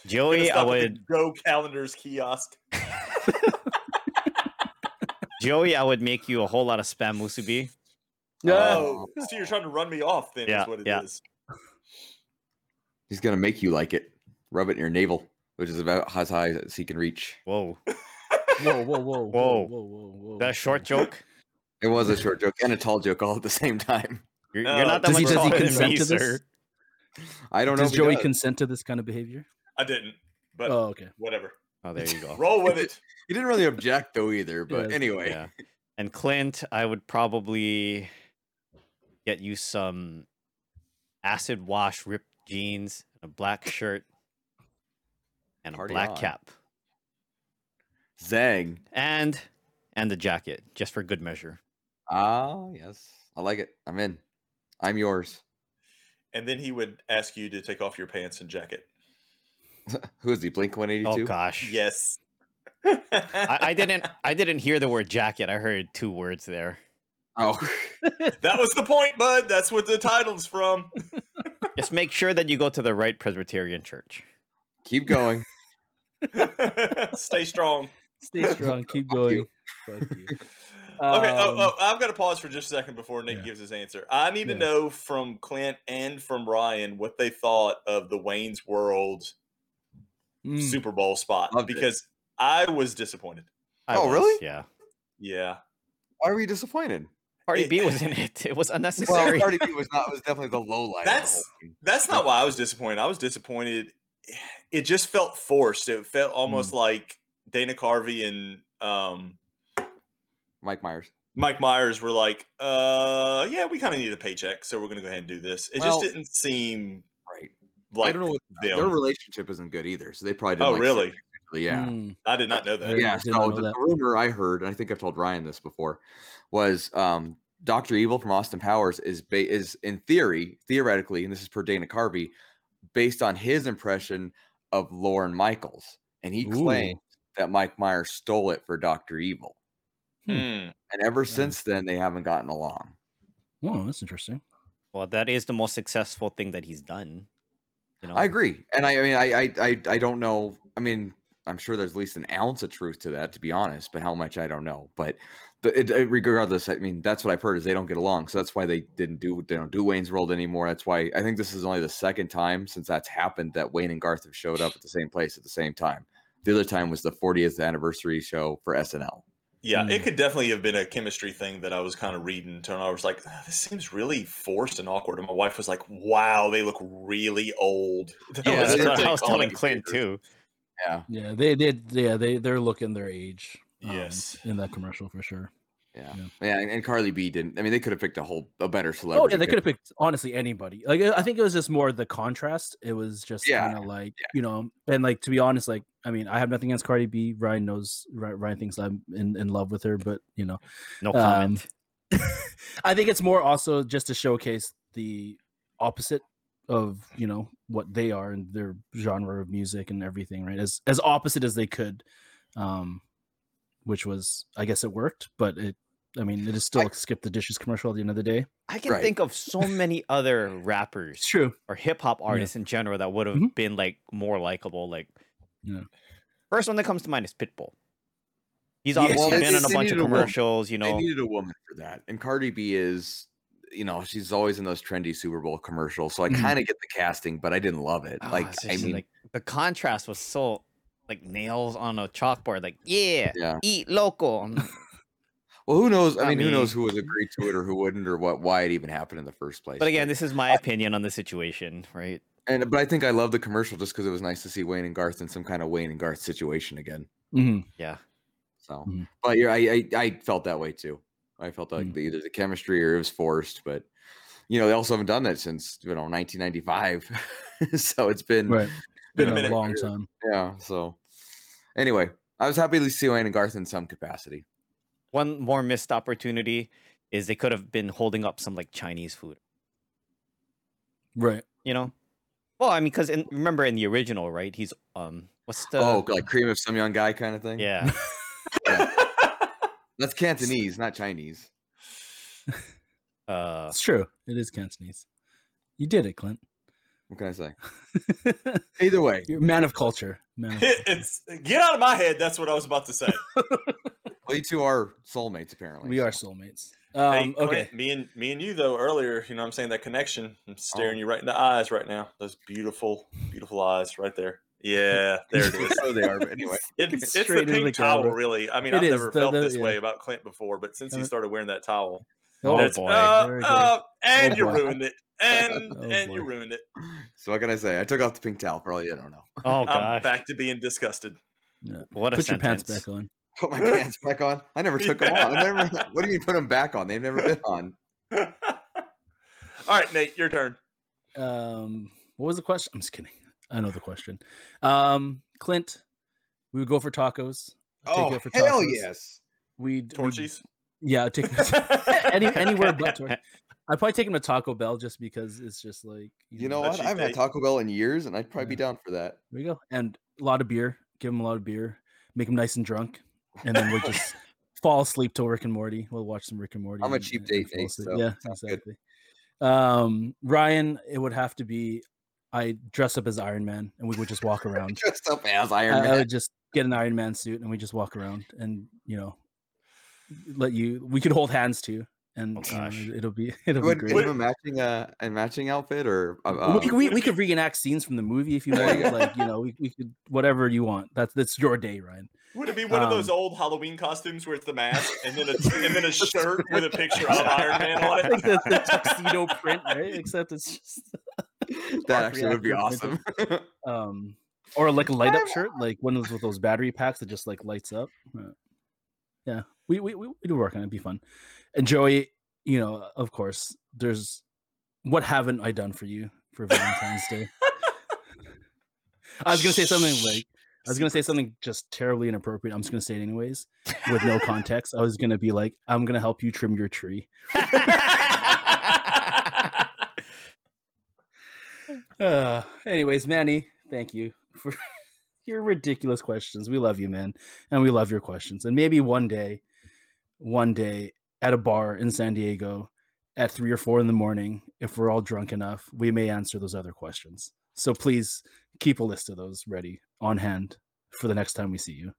C: Gonna
D: Joey, I
C: stop at the
D: would
C: Go calendars kiosk.
D: Joey, I would make you a whole lot of spam musubi.
A: Oh.
C: Oh, so you're trying to run me off? Then
D: Yeah,
C: is what it is.
D: yeah.
A: He's gonna make you like it. Rub it in your navel, which is about as high as he can reach.
D: Whoa.
B: Whoa, whoa, whoa,
D: Whoa.
B: whoa, whoa, whoa, whoa.
D: That short joke?
A: It was a short joke and a tall joke all at the same time.
D: You're,
C: No.
D: you're not that
B: Does
D: much
B: he, does he
D: taller than
B: consent
D: me,
B: to
D: sir.
B: this?
A: I don't know.
B: Does
A: if he
B: Joey
A: does.
B: consent to this kind of behavior?
C: I didn't, but
B: Oh, okay.
C: whatever.
D: Oh, there you go.
C: Roll with it.
A: He didn't really object though either, but
B: that's-
A: anyway.
D: Yeah. And Clint, I would probably get you some acid wash ripped jeans, a black shirt, and a
A: Party
D: black
A: on.
D: cap.
A: Zang.
D: And and a jacket, just for good measure.
A: Ah, yes. I like it. I'm in. I'm yours.
C: And then he would ask you to take off your pants and jacket.
A: Who is he? Blink
D: Oh
A: 182?
D: gosh.
C: Yes.
D: I, I didn't. I didn't hear the word jacket. I heard two words there.
A: Oh,
C: That was the point, bud. That's what the title's from.
D: Just make sure that you go to the right Presbyterian church.
A: keep going.
C: Stay strong.
B: Stay strong. Keep
A: Fuck you.
B: going. Fuck you.
C: okay, oh,
B: Um,
C: oh, I've got to pause for just a second before Nick
B: yeah.
C: gives his answer. I need
B: Yeah.
C: to know from Clint and from Ryan what they thought of the Wayne's World
B: Mm.
C: Super Bowl spot
A: Hmm. Loved it.
C: because I was disappointed.
D: I
A: Oh,
D: was,
A: really?
D: Yeah.
C: Yeah.
A: Why were you disappointed?
D: Party
C: It-
D: B was in it. It was
A: Well,
D: unnecessary.
A: Cardi B was not was definitely the low light. of the
C: That's-
A: whole thing.
C: That's not why I was disappointed. I was disappointed. It just felt forced. It felt
A: Hmm.
C: almost like Dana Carvey and um,
A: Mike Myers.
C: Mike Myers were like, uh, yeah, we kind of need a paycheck, so we're going to go ahead and do this. It
A: Well-
C: just didn't seem
A: Right.
C: like
A: I don't know what
C: them.
A: their relationship isn't good either, so they probably didn't.
C: Oh,
A: like, sit
C: really?
A: really- Yeah.
B: Mm.
C: I did not know that.
B: I
A: Yeah.
B: did
A: So
B: not know
A: the,
B: that.
A: the rumor I heard, and I think I've told Ryan this before, was um, Doctor Evil from Austin Powers is ba- is in theory, theoretically, and this is per Dana Carvey, based on his impression of Lauren Michaels, and he claimed that Mike Myers stole it for Doctor Evil,
B: Hmm.
C: Mm.
A: and ever
B: Yeah.
A: since then they haven't gotten along.
B: Whoa, that's interesting.
D: well, that is the most successful thing that he's done. You know.
A: I agree, and I, I mean, I, I, I, I don't know. I mean, I'm sure there's at least an ounce of truth to that, to be honest. But how much I don't know. But the, it, it- regardless, I mean, that's what I've heard is they don't get along, so that's why they didn't do they don't do Wayne's World anymore. That's why I think this is only the second time since that's happened that Wayne and Garth have showed up at the same place at the same time. The other time was the 40th anniversary show for SNL.
C: Yeah, it
D: Hmm.
B: Mm.
C: could definitely have been a chemistry thing that I was kind of reading. And I was like, "Ah, this seems really forced and awkward. And my wife was like, wow, they look really old. That
A: Yeah,
D: that's
A: that's
D: what
A: what
D: I
C: really
D: was telling
C: funny.
D: Clint too.
A: Yeah,
B: Yeah, they did. Yeah, they they're looking their age. um,
C: Yes.
B: in that commercial for sure.
A: yeah,
B: Yeah.
A: yeah. and, and Carly B didn't. I mean, they could have picked a whole a better
B: Oh
A: celebrity.
B: yeah, they could
A: couldn't
B: have picked honestly anybody. Like I think it was just more the contrast. It was just
A: Yeah,
B: kind of like you know, and like to be honest, like I mean, I have nothing against Cardi B. Ryan knows Ry- Ryan thinks I'm in, in love with her, but you know,
D: No
B: Um,
D: comment.
B: I think it's more also just to showcase the opposite of you know what they are and their genre of music and everything, right? As as opposite as they could, um, which was I guess it worked, but it I mean it is still a skip the dishes commercial at the end of the day.
D: I can
A: right.
D: think of so many other rappers
B: It's true.
D: or hip hop artists in general that would have
A: Mm-hmm.
B: Mhm.
D: been like more likable. Like,
B: Yeah.
D: first one that comes to mind is Pitbull. He's
B: Yeah,
D: obviously
B: well,
A: they-
D: been in
A: they-
D: a
A: they
D: bunch of
A: needed a woman.
D: commercials. You know,
A: They needed a woman for that. And Cardi B is, you know, she's always in those trendy Super Bowl commercials. So I
D: Mm-hmm.
B: Mhm.
A: kind of get the casting, but I didn't love it.
D: Ah,
A: like,
D: it's
A: I
D: just
A: mean,
D: like, the contrast was so like nails on a chalkboard. Like, yeah,
A: yeah.
D: eat local. I'm like-
A: Well, who knows? I
D: I
A: mean, who knows
D: mean-
A: who would agree to it or who wouldn't or what, why it even happened in the first place.
D: But again, this is my opinion on the situation, right?
A: and, but I think I love the commercial just because it was nice to see Wayne and Garth in some kind of Wayne and Garth situation again.
B: Mhm.
D: Yeah.
A: So,
D: Mm-hmm.
B: Mhm.
A: but yeah, I, I, I felt that way too. I felt like
B: Mm.
A: the, either the chemistry or it was forced, but you know, they also haven't done that since, you know, 1995. so it's been,
B: Right.
A: been
B: Been
A: a
B: a
A: minute.
B: long time.
A: Yeah. So, anyway, I was happy to see Wayne and Garth in some capacity.
D: One more missed opportunity is they could have been holding up some like Chinese food,
B: Right.
D: you know? Well, I mean, because remember in the original, right? He's um, what's the
A: oh, like cream of some young guy kind of thing.
D: yeah,
A: that's Cantonese, not Chinese.
D: uh,
B: It's true. It is Cantonese. You did it, Clint.
A: What can I say? Either way,
B: You're a man of culture. Man of culture.
C: it's get out of my head. That's what I was about to say.
A: well, you two are soulmates apparently.
B: we are
A: so-
B: soulmates. Um,
C: Hey,
B: okay.
C: Clint, me and me and you though earlier, you know, what I'm saying that connection.
D: Oh.
C: I'm staring you right in the eyes right now. Those beautiful, beautiful eyes right there. Yeah, there it is.
A: Oh, they are. But anyway,
C: It, it's the
B: Straight into
C: pink
B: the
C: towel,
B: camera.
C: really. I mean,
B: It
C: I've
B: is,
C: never
B: the-
C: felt
B: the-
C: this
B: yeah.
C: way about Clint before, but since he
B: Uh,
C: started wearing that towel,
D: Oh,
C: that's-
D: boy.
C: uh,
B: There it goes.
C: uh, and
B: Oh,
C: you
B: boy.
C: ruined it. And
B: Oh,
C: and you
B: boy.
C: ruined it.
A: so what can I say? I took off the pink towel for all you don't know.
D: oh
C: I'm
D: gosh,
C: back to being disgusted.
D: what a
B: Put your
D: sentence.
B: pants back on.
A: Put my pants back on. I never took them on. I never. What do you mean put them back on? They've never been on.
C: All right, Nate, your turn.
B: Um, what was the question? I'm just kidding. I know the question. Um, Clint, we would go for tacos. I'd take
A: Oh
B: you out for
A: hell
B: tacos.
A: yes!
B: We'd we'd-
C: Torchies.
B: Yeah, I'd take any anywhere but tor- I'd probably take him to Taco Bell just because it's just like
A: You know
C: A
A: what?
C: cheap
A: I haven't had
C: date.
A: Taco Bell in years, and I'd probably be
B: Yeah.
A: down for that.
B: There you go. And a lot of beer. Give him a lot of beer. make him nice and drunk, and then we'll just fall asleep to Rick and Morty. We'll watch some Rick and Morty.
A: I'm a
B: and-
A: cheap
B: and
A: date
B: fall
A: ace,
B: asleep.
A: so
B: yeah,
A: sounds good.
B: exactly. Um, Ryan, it would have to be I dress up as Iron Man, and we would just walk around.
A: Dressed up as
B: I,
A: Iron
B: I
A: Man.
B: would just get an Iron Man suit, and we just walk around, and you know, let you. We could hold hands too, and
D: Oh,
B: you know,
D: gosh.
B: it'll be it'll
A: Would
B: be
A: give
B: great.
A: him a matching uh, a matching outfit or a, um,
B: we, could- we, we could reenact scenes from the movie if you
A: There
B: want.
A: you go.
B: like you know, we, we could whatever you want. That's that's your day, Ryan.
C: Would it be one of those
B: Um,
C: old Halloween costumes where it's the mask and then a and then a shirt with a picture of Iron Man on it?
B: Like the, the tuxedo print, right? Except it's just
A: that actually would be
B: reaction
A: awesome.
B: um, or like a light up
A: I'm-
B: shirt, like one of those with those battery packs that just like lights up. Uh, Yeah, we we we, we do work on it. It'd be fun. And Joey, you know, of course, there's what haven't I done for you for Valentine's Day? I was gonna say something like I was gonna say something just terribly inappropriate. I'm just gonna say it anyways, with no context. I was gonna be like, I'm gonna help you trim your tree. Uh, anyways, Manny, thank you for your ridiculous questions. We love you, man, and we love your questions. And maybe one day, one day at a bar in San Diego at three or four in the morning, if we're all drunk enough, we may answer those other questions. So please keep a list of those ready on hand for the next time we see you.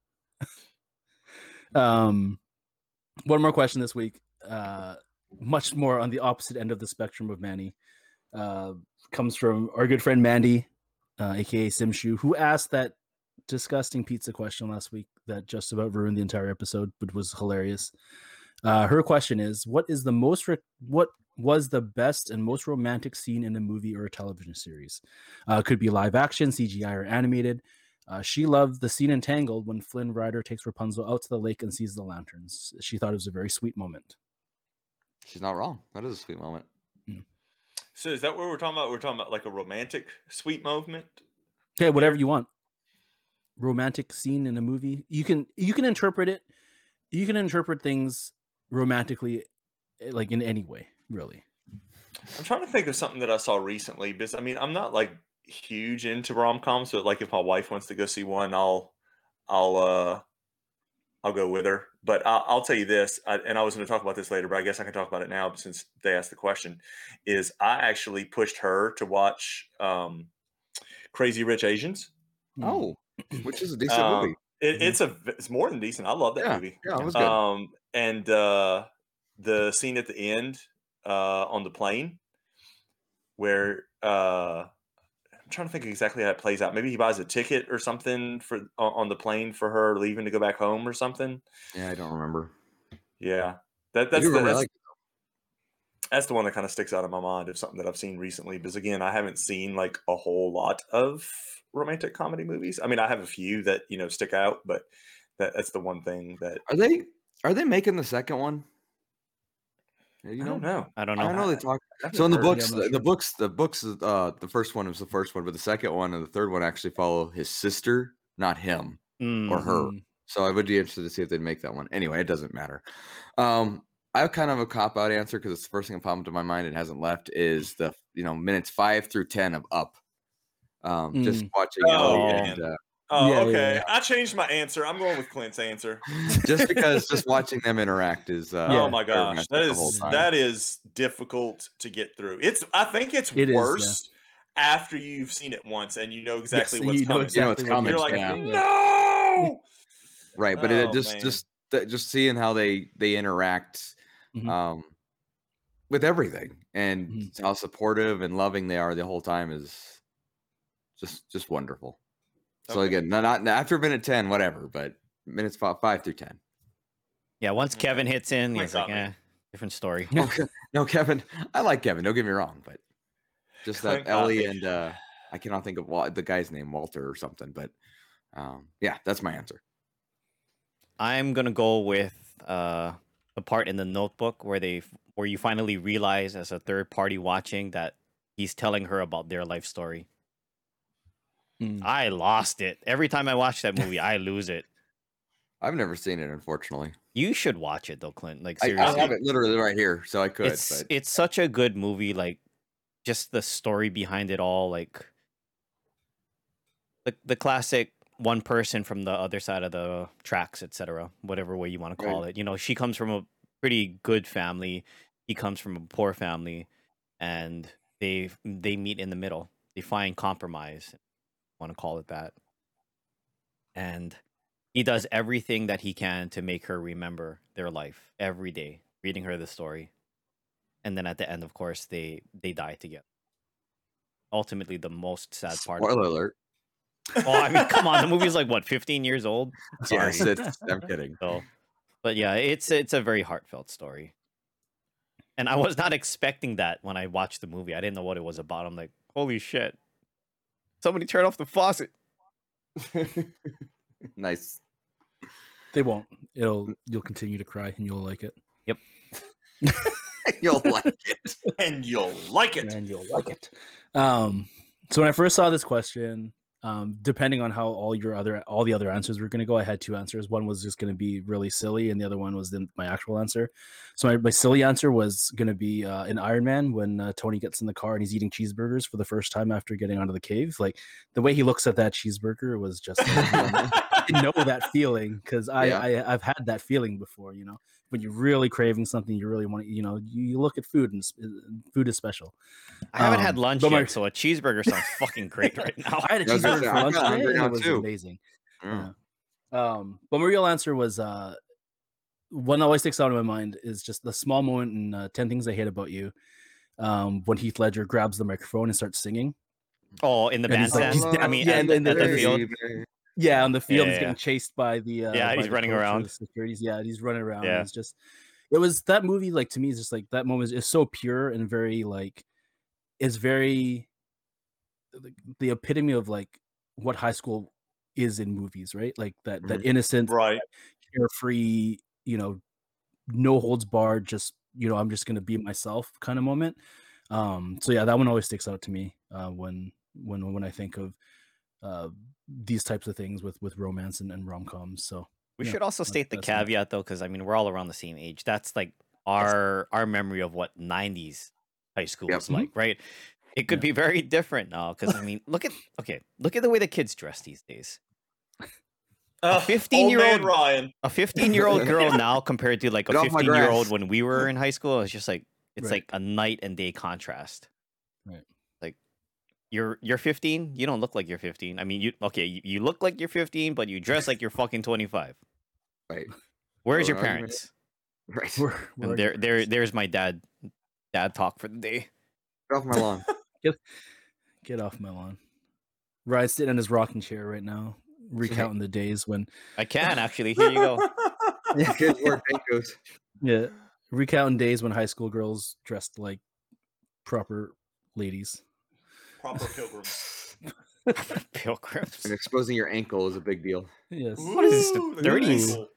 B: um, one more question this week. Uh, much more on the opposite end of the spectrum of Manny. Uh, comes from our good friend Mandy, uh, aka Simshu, who asked that disgusting pizza question last week that just about ruined the entire episode, but was hilarious. Uh, her question is: What is the most re- what was the best and most romantic scene in a movie or a television series? Uh, could be live action, CGI, or animated. Uh, she loved the scene in Tangled when Flynn Rider takes Rapunzel out to the lake and sees the lanterns. She thought it was a very sweet moment.
A: She's not wrong. That is a sweet moment.
C: So is that what we're talking about? We're talking about like a romantic sweet movement.
B: Okay, whatever you want. Romantic scene in a movie. You can you can interpret it. You can interpret things romantically, eh, like in any way, really.
C: I'm trying to think of something that I saw recently because I mean I'm not like huge into rom coms, but like if my wife wants to go see one, I'll I'll uh I'll go with her. But I'll, I'll tell you this, I, and I was going to talk about this later, but I guess I can talk about it now since they asked the question. Is I actually pushed her to watch um, Crazy Rich Asians.
B: Hmm.
A: Oh, which is a decent
C: Um,
A: movie.
C: It,
B: Mhm.
C: It's a v- it's more than decent. I love that movie.
A: Mm-hmm. Yeah, it was good.
C: Um, and uh, the scene at the end uh, on the plane where uh, I'm trying to think exactly how it plays out. Maybe he buys a ticket or something for o- on the plane for her leaving to go back home or something.
A: yeah, I don't remember.
C: Yeah, that
A: I
C: that's
A: do
C: the,
A: remember I
C: that's,
A: liked
C: that's the one that kind of sticks out in my mind of something that I've seen recently. Because again, I haven't seen like a whole lot of romantic comedy movies. I mean, I have a few that you know stick out, but that, that's the one thing that
A: it. Are they are they making the second one? Yeah, You
C: I
A: know,
C: don't know.
D: I don't
A: I
D: know.
A: don't know. They
C: I-
A: talk
C: I've
A: so in the
C: never heard-
A: books.
B: I'm
A: the
B: not
A: the
B: sure.
A: books, the books. Uh, the first one was the first one, but the second one and the third one actually follow his sister, not him.
D: Mm.
A: or
B: Hmm.
A: her. So I would be interested to see if they'd make that one. Anyway, it doesn't matter. Um, I have kind of a cop out answer because it's the first thing that popped into my mind. It hasn't left is the you know minutes five through ten of Up. Um, Just watching
C: Oh,
A: Ellie
D: yeah.
A: and uh,
C: Oh,
B: Yeah, yeah,
C: okay.
B: yeah.
C: I changed my answer. I'm going with Clint's answer.
A: uh, just because just watching them interact is uh,
B: Yeah.
C: oh my
A: nerve
C: gosh,
A: wracking
C: that
A: the whole
C: is
A: time.
C: that is difficult to get through. It's I think it's
B: It is, yeah.
C: worse after you've seen it once and you know exactly
B: Yes,
C: what's
B: you know
C: coming.
A: You know it's
B: exactly
A: coming,
B: what
C: You're like,
A: yeah.
B: doing,
C: no.
A: right? But it,
C: Oh,
A: just
C: man.
A: just that just seeing how they they interact
B: Mhm.
A: um, with everything and
B: Mhm.
A: how supportive and loving they are the whole time is just just wonderful. So
C: Okay.
A: again, not, not after minute ten, whatever, but minutes five, five through ten.
D: Yeah, once
C: Okay.
D: Kevin hits in,
C: Clint
D: he's like,
C: got me.
D: eh, different story.
A: Oh, Ke- no, Kevin, I like Kevin. Don't get me wrong, but just that
C: Clint got
A: Ellie
C: me.
A: and uh, I cannot think of Wal- the guy's name, Walter or something. But um, yeah, that's my answer.
D: I'm gonna go with uh, the part in the Notebook where they where you finally realize as a third party watching that he's telling her about their life story.
B: Mm.
D: I lost it every time I watch that movie. I lose it.
A: I've never seen it, unfortunately.
D: You should watch it though, Clint. Like
A: I,
D: seriously,
A: I have it literally right here, so I could.
D: it's
A: but
D: it's such a good movie. Like just the story behind it all. Like the the classic one person from the other side of the tracks, etc., whatever way you want to
A: Right.
D: call it. You know, she comes from a pretty good family. He comes from a poor family, and they they meet in the middle. They find compromise. Want to call it that? And he does everything that he can to make her remember their life every day, reading her the story. And then at the end, of course, they they die together. Ultimately, the most sad part. of the
A: Spoiler alert.
D: Oh, I mean, come on. The movie's like what, 15 years old? Sorry.
A: Yes, it's, I'm kidding.
D: So, but yeah, it's it's a very heartfelt story. And I was not expecting that when I watched the movie. I didn't know what it was about. I'm like, holy shit. Somebody turn off the faucet.
A: nice.
B: They won't. It'll you'll continue to cry and you'll like it.
A: You'll like it.
C: and you'll like it.
B: And you'll like it. Um, so when I first saw this question, um, depending on how all your other all the other answers were going to go, I had two answers. One was just going to be really silly, and the other one was then my actual answer. So my, my silly answer was going to be uh, in Iron Man when uh, Tony gets in the car and he's eating cheeseburgers for the first time after getting out of the cave. Like the way he looks at that cheeseburger was just. I know that feeling because I,
A: Yeah.
B: I I've had that feeling before. You know, when you're really craving something, you really want to. You know, you, you look at food and s- uh, food is special.
D: I haven't
B: Um,
D: had lunch
B: but
D: yet,
B: my-
D: so a cheeseburger sounds fucking great right now.
B: I had a
A: I was gonna
B: cheeseburger
A: say,
B: for
A: I'm
B: lunch
A: kinda
B: today,
A: hungry
B: and
A: now,
B: it was
A: too.
B: amazing.
A: Mm.
B: Um, but my real answer was uh, one that always sticks out in my mind is just the small moment in uh, Ten Things I Hate About You. Um, when Heath Ledger grabs the microphone and starts singing,
D: Oh, in the
B: And he's like,
D: bandstand.
B: he's
D: I
B: down-
D: mean,
B: yeah,
D: at,
B: and then
D: at the
B: there's-
D: field.
B: yeah, on the field,
D: Yeah,
B: he's
D: yeah,
B: getting
D: yeah.
B: chased by the uh,
D: Yeah,
B: by
D: he's
B: the
D: running
B: coach or
D: around.
B: the securities. Yeah, he's running around.
D: Yeah.
B: Yeah. It's just, it was that movie. Like to me, is just like that moment is so pure and very like, is very the, the epitome of like what high school is in movies, right? Like that
D: Mm-hmm.
B: that innocence,
C: Right.
B: carefree, you know, no holds barred, just you know, I'm just gonna be myself kind of moment. Um, so yeah, that one always sticks out to me uh, when when when I think of uh, these types of things with with romance and, and rom coms. So
D: We
B: Yeah,
D: should also
B: that's-
D: state the
B: that's my-
D: caveat though, because I mean we're all around the same age. That's like our our memory of what '90s high school
A: Yep.
D: was like, right? It could
B: Yeah.
D: be very different now, because I mean, look at okay, look at the way the kids dress these days.
C: Uh,
D: 15-year-old
C: old man Ryan.
D: A 15 year old girl now compared to like a
A: Get off my
D: 15 year old
A: grass.
D: when we were in high school, it's just like it's
B: Right.
D: like a night and day contrast.
B: Right.
D: Like you're you're 15, you don't look like you're 15. I mean, you okay, you, you look like you're 15, but you dress like you're fucking 25.
A: Right.
D: Where's
A: Oh, now
D: your
A: you made it.
D: parents?
A: Right.
B: we're, we're
D: And there, there, there's my dad. Dad talk for the day.
A: Get off my lawn.
B: get off my lawn. Ryan's sitting in his rocking chair right now, recounting the days when
D: I can actually. Here you go.
A: Kids wear pinkos.
B: yeah, recounting days when high school girls dressed like proper ladies.
C: Proper pilgrims.
D: Pilgrims.
A: And exposing your ankle is a big deal.
B: Yes.
D: What is this, the
C: Ooh, look at
D: 30s?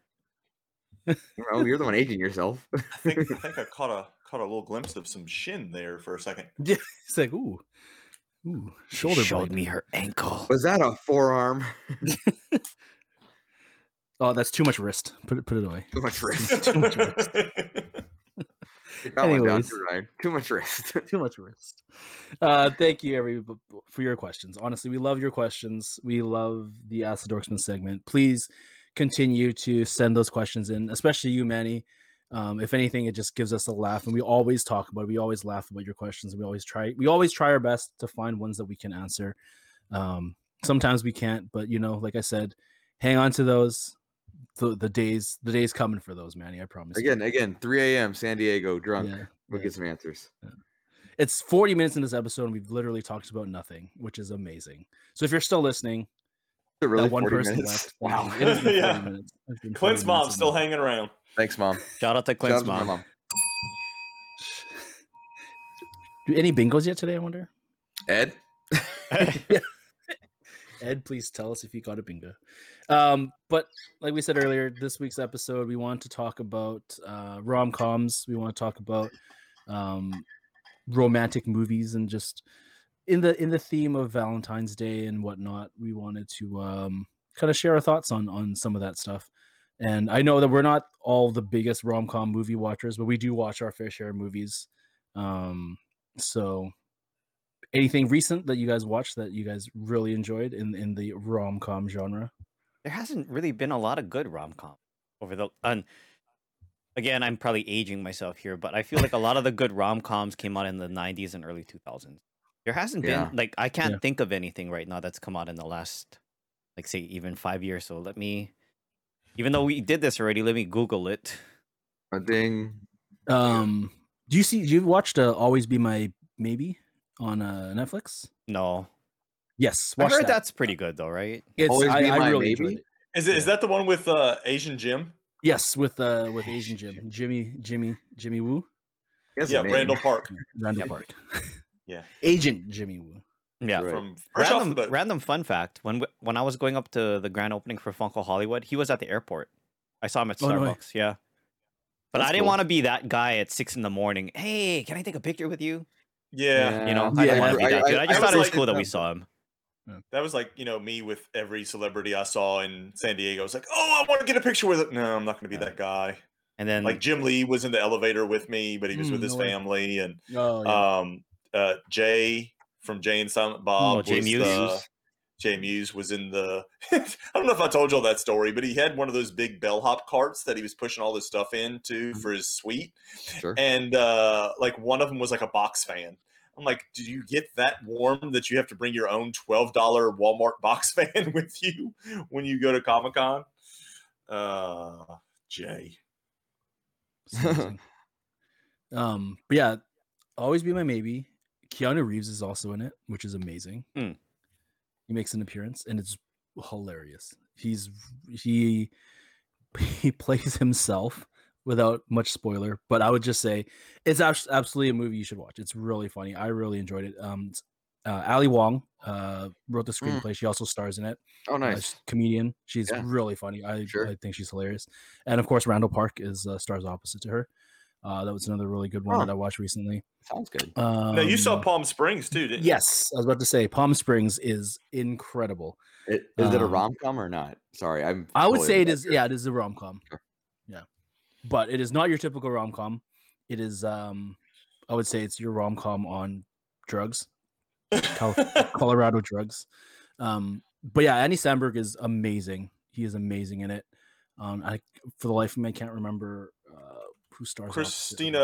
C: that.
A: Oh, you're the one aging yourself.
C: I think I think I caught a caught a little glimpse of some shin there for a second.
B: It's like, ooh, ooh,
D: She
B: shoulder
D: showed
B: blade.
D: me her ankle.
A: Was that a forearm?
B: Oh, that's too much wrist. Put it, put it away.
A: Too much wrist. Take that one down
B: Anyways.
A: too, Ryan. Too much wrist.
B: too much wrist. Uh, thank you, every b- b- for your questions. Honestly, we love your questions. We love the Ask the Dorksman segment. Please continue to send those questions in, especially you, Manny. Um, if anything, it just gives us a laugh, and we always talk about. It. We always laugh about your questions. And we always try. We always try our best to find ones that we can answer. Um, sometimes we can't, but you know, like I said, hang on to those. The, the days the days coming for those, Manny. I promise. you.
A: again, again, 3 a.m. San Diego, drunk.
B: Yeah,
A: We'll
B: yeah.
A: get some answers.
B: it's 40 minutes in this episode and we've literally talked about nothing which is amazing so if you're still listening
A: Is it really
B: that one
A: 40
B: person
A: minutes?
B: left
A: Wow.
B: it has been 40
C: Yeah.
B: minutes. It's been 40
C: Clint's
B: minutes
C: mom's
B: of
C: still
B: nothing.
C: hanging around.
A: Thanks, mom.
D: Shout out to
A: Shout out
D: Clint's
A: to my
D: mom.
B: Do any bingos yet today i wonder
A: Ed?
B: ed please tell us if you got a bingo um but like we said earlier this week's episode we want to talk about uh rom-coms we want to talk about um romantic movies and just in the in the theme of Valentine's Day and whatnot, we wanted to um, kind of share our thoughts on on some of that stuff. And I know that we're not all the biggest rom com movie watchers, but we do watch our fair share of movies. Um, so Anything recent that you guys watched that you guys really enjoyed in in the rom com genre?
D: there hasn't really been a lot of good rom com over the and again I'm probably aging myself here, but I feel like a lot of the good rom coms came out in the '90s and early 2000s. There hasn't
A: Yeah.
D: been like I can't
B: Yeah.
D: think of anything right now that's come out in the last like say even five years. So let me, even though we did this already, let me Google it.
A: A ding.
B: Um, do you see? You watched uh, "Always Be My Maybe" on uh, Netflix?
D: No,
B: Yes,
D: I
B: watch
D: heard
B: that.
D: that's pretty good though, right?
B: It's,
A: Always
B: I,
A: Be
B: I
A: My
B: really enjoyed
A: Maybe?
B: it.
C: Is it is that the one with uh, Asian Jim?
B: Yes, with uh with Asian Jim, Jimmy, Jimmy, Jimmy Woo,
A: He has a
C: yeah,
A: name.
C: Randall Park.
B: Randall
D: Yeah.
B: Park.
C: Yeah.
B: Agent Jimmy Woo.
D: Yeah.
A: Right.
C: From fresh off
D: Random,
C: the boat.
D: random fun fact: when w- when I was going up to the grand opening for Funko Hollywood, he was at the airport. I saw him at
B: Oh, no way.
D: Starbucks. Yeah, but
A: That's
D: I didn't
A: cool.
D: want to be that guy at six in the morning. Hey, can I take a picture with you?
C: yeah.
D: You know,
A: Yeah.
D: I
B: Yeah,
D: don't want to
A: I-
D: be that dude.
A: I-
D: I just
C: I
D: thought
C: was
D: it was
C: like- uh,
D: cool that we saw him.
C: That was like, you know, me with every celebrity I saw in San Diego. It's like, oh, I want to get a picture with it. No, I'm not going to be
D: Yeah.
C: that guy.
D: And then
C: Like Jim Lee was in the elevator with me, but he was
B: Mm,
C: with his
B: no way.
C: family. And
B: Oh, yeah.
C: um, uh, Jay from Jay and Silent Bob.
D: oh, Jay
C: was uh,
D: Muse.
C: the- Jay Muse was in the. I don't know if I told you all that story, but he had one of those big bellhop carts that he was pushing all this stuff into for his suite,
A: Sure.
C: and uh, like one of them was like a box fan. I'm like, do you get that warm that you have to bring your own twelve dollar Walmart box fan with you when you go to Comic Con? Uh, Jay,
B: It's amazing. um, but yeah, always be my maybe. Keanu Reeves is also in it, which is amazing.
D: Mm.
B: He makes an appearance, and it's hilarious. He's he he plays himself without much spoiler, but I would just say it's abs- absolutely a movie you should watch. It's really funny. I really enjoyed it. Um, it's- uh, Ali Wong uh, wrote the
A: Mm.
B: screenplay. She also stars in it
A: Oh,
B: uh,
A: nice.
B: she's a comedian. She's
A: Yeah.
B: really funny. I,
A: Sure.
B: I think she's hilarious. And of course, Randall Park is uh, stars opposite to her. Uh, that was another really good one
A: Huh.
B: that I watched recently.
A: Sounds good.
B: Um,
C: now you saw Palm Springs too, didn't you?
B: Yes, I was about to say Palm Springs is incredible.
A: It, is it a
B: Um,
A: rom com or not? Sorry, I'm.
B: I would
A: totally
B: say it
A: over
B: is. Yeah, it is a rom com.
A: Oh, Sure.
B: Yeah, but it is not your typical rom com. It is. Um, I would say it's your rom com on drugs. Cal- Colorado drugs. Um, but yeah, Andy Sandberg is amazing. He is amazing in it. Um, I for the life of me, I can't remember uh, who stars. opposite him.
C: Christina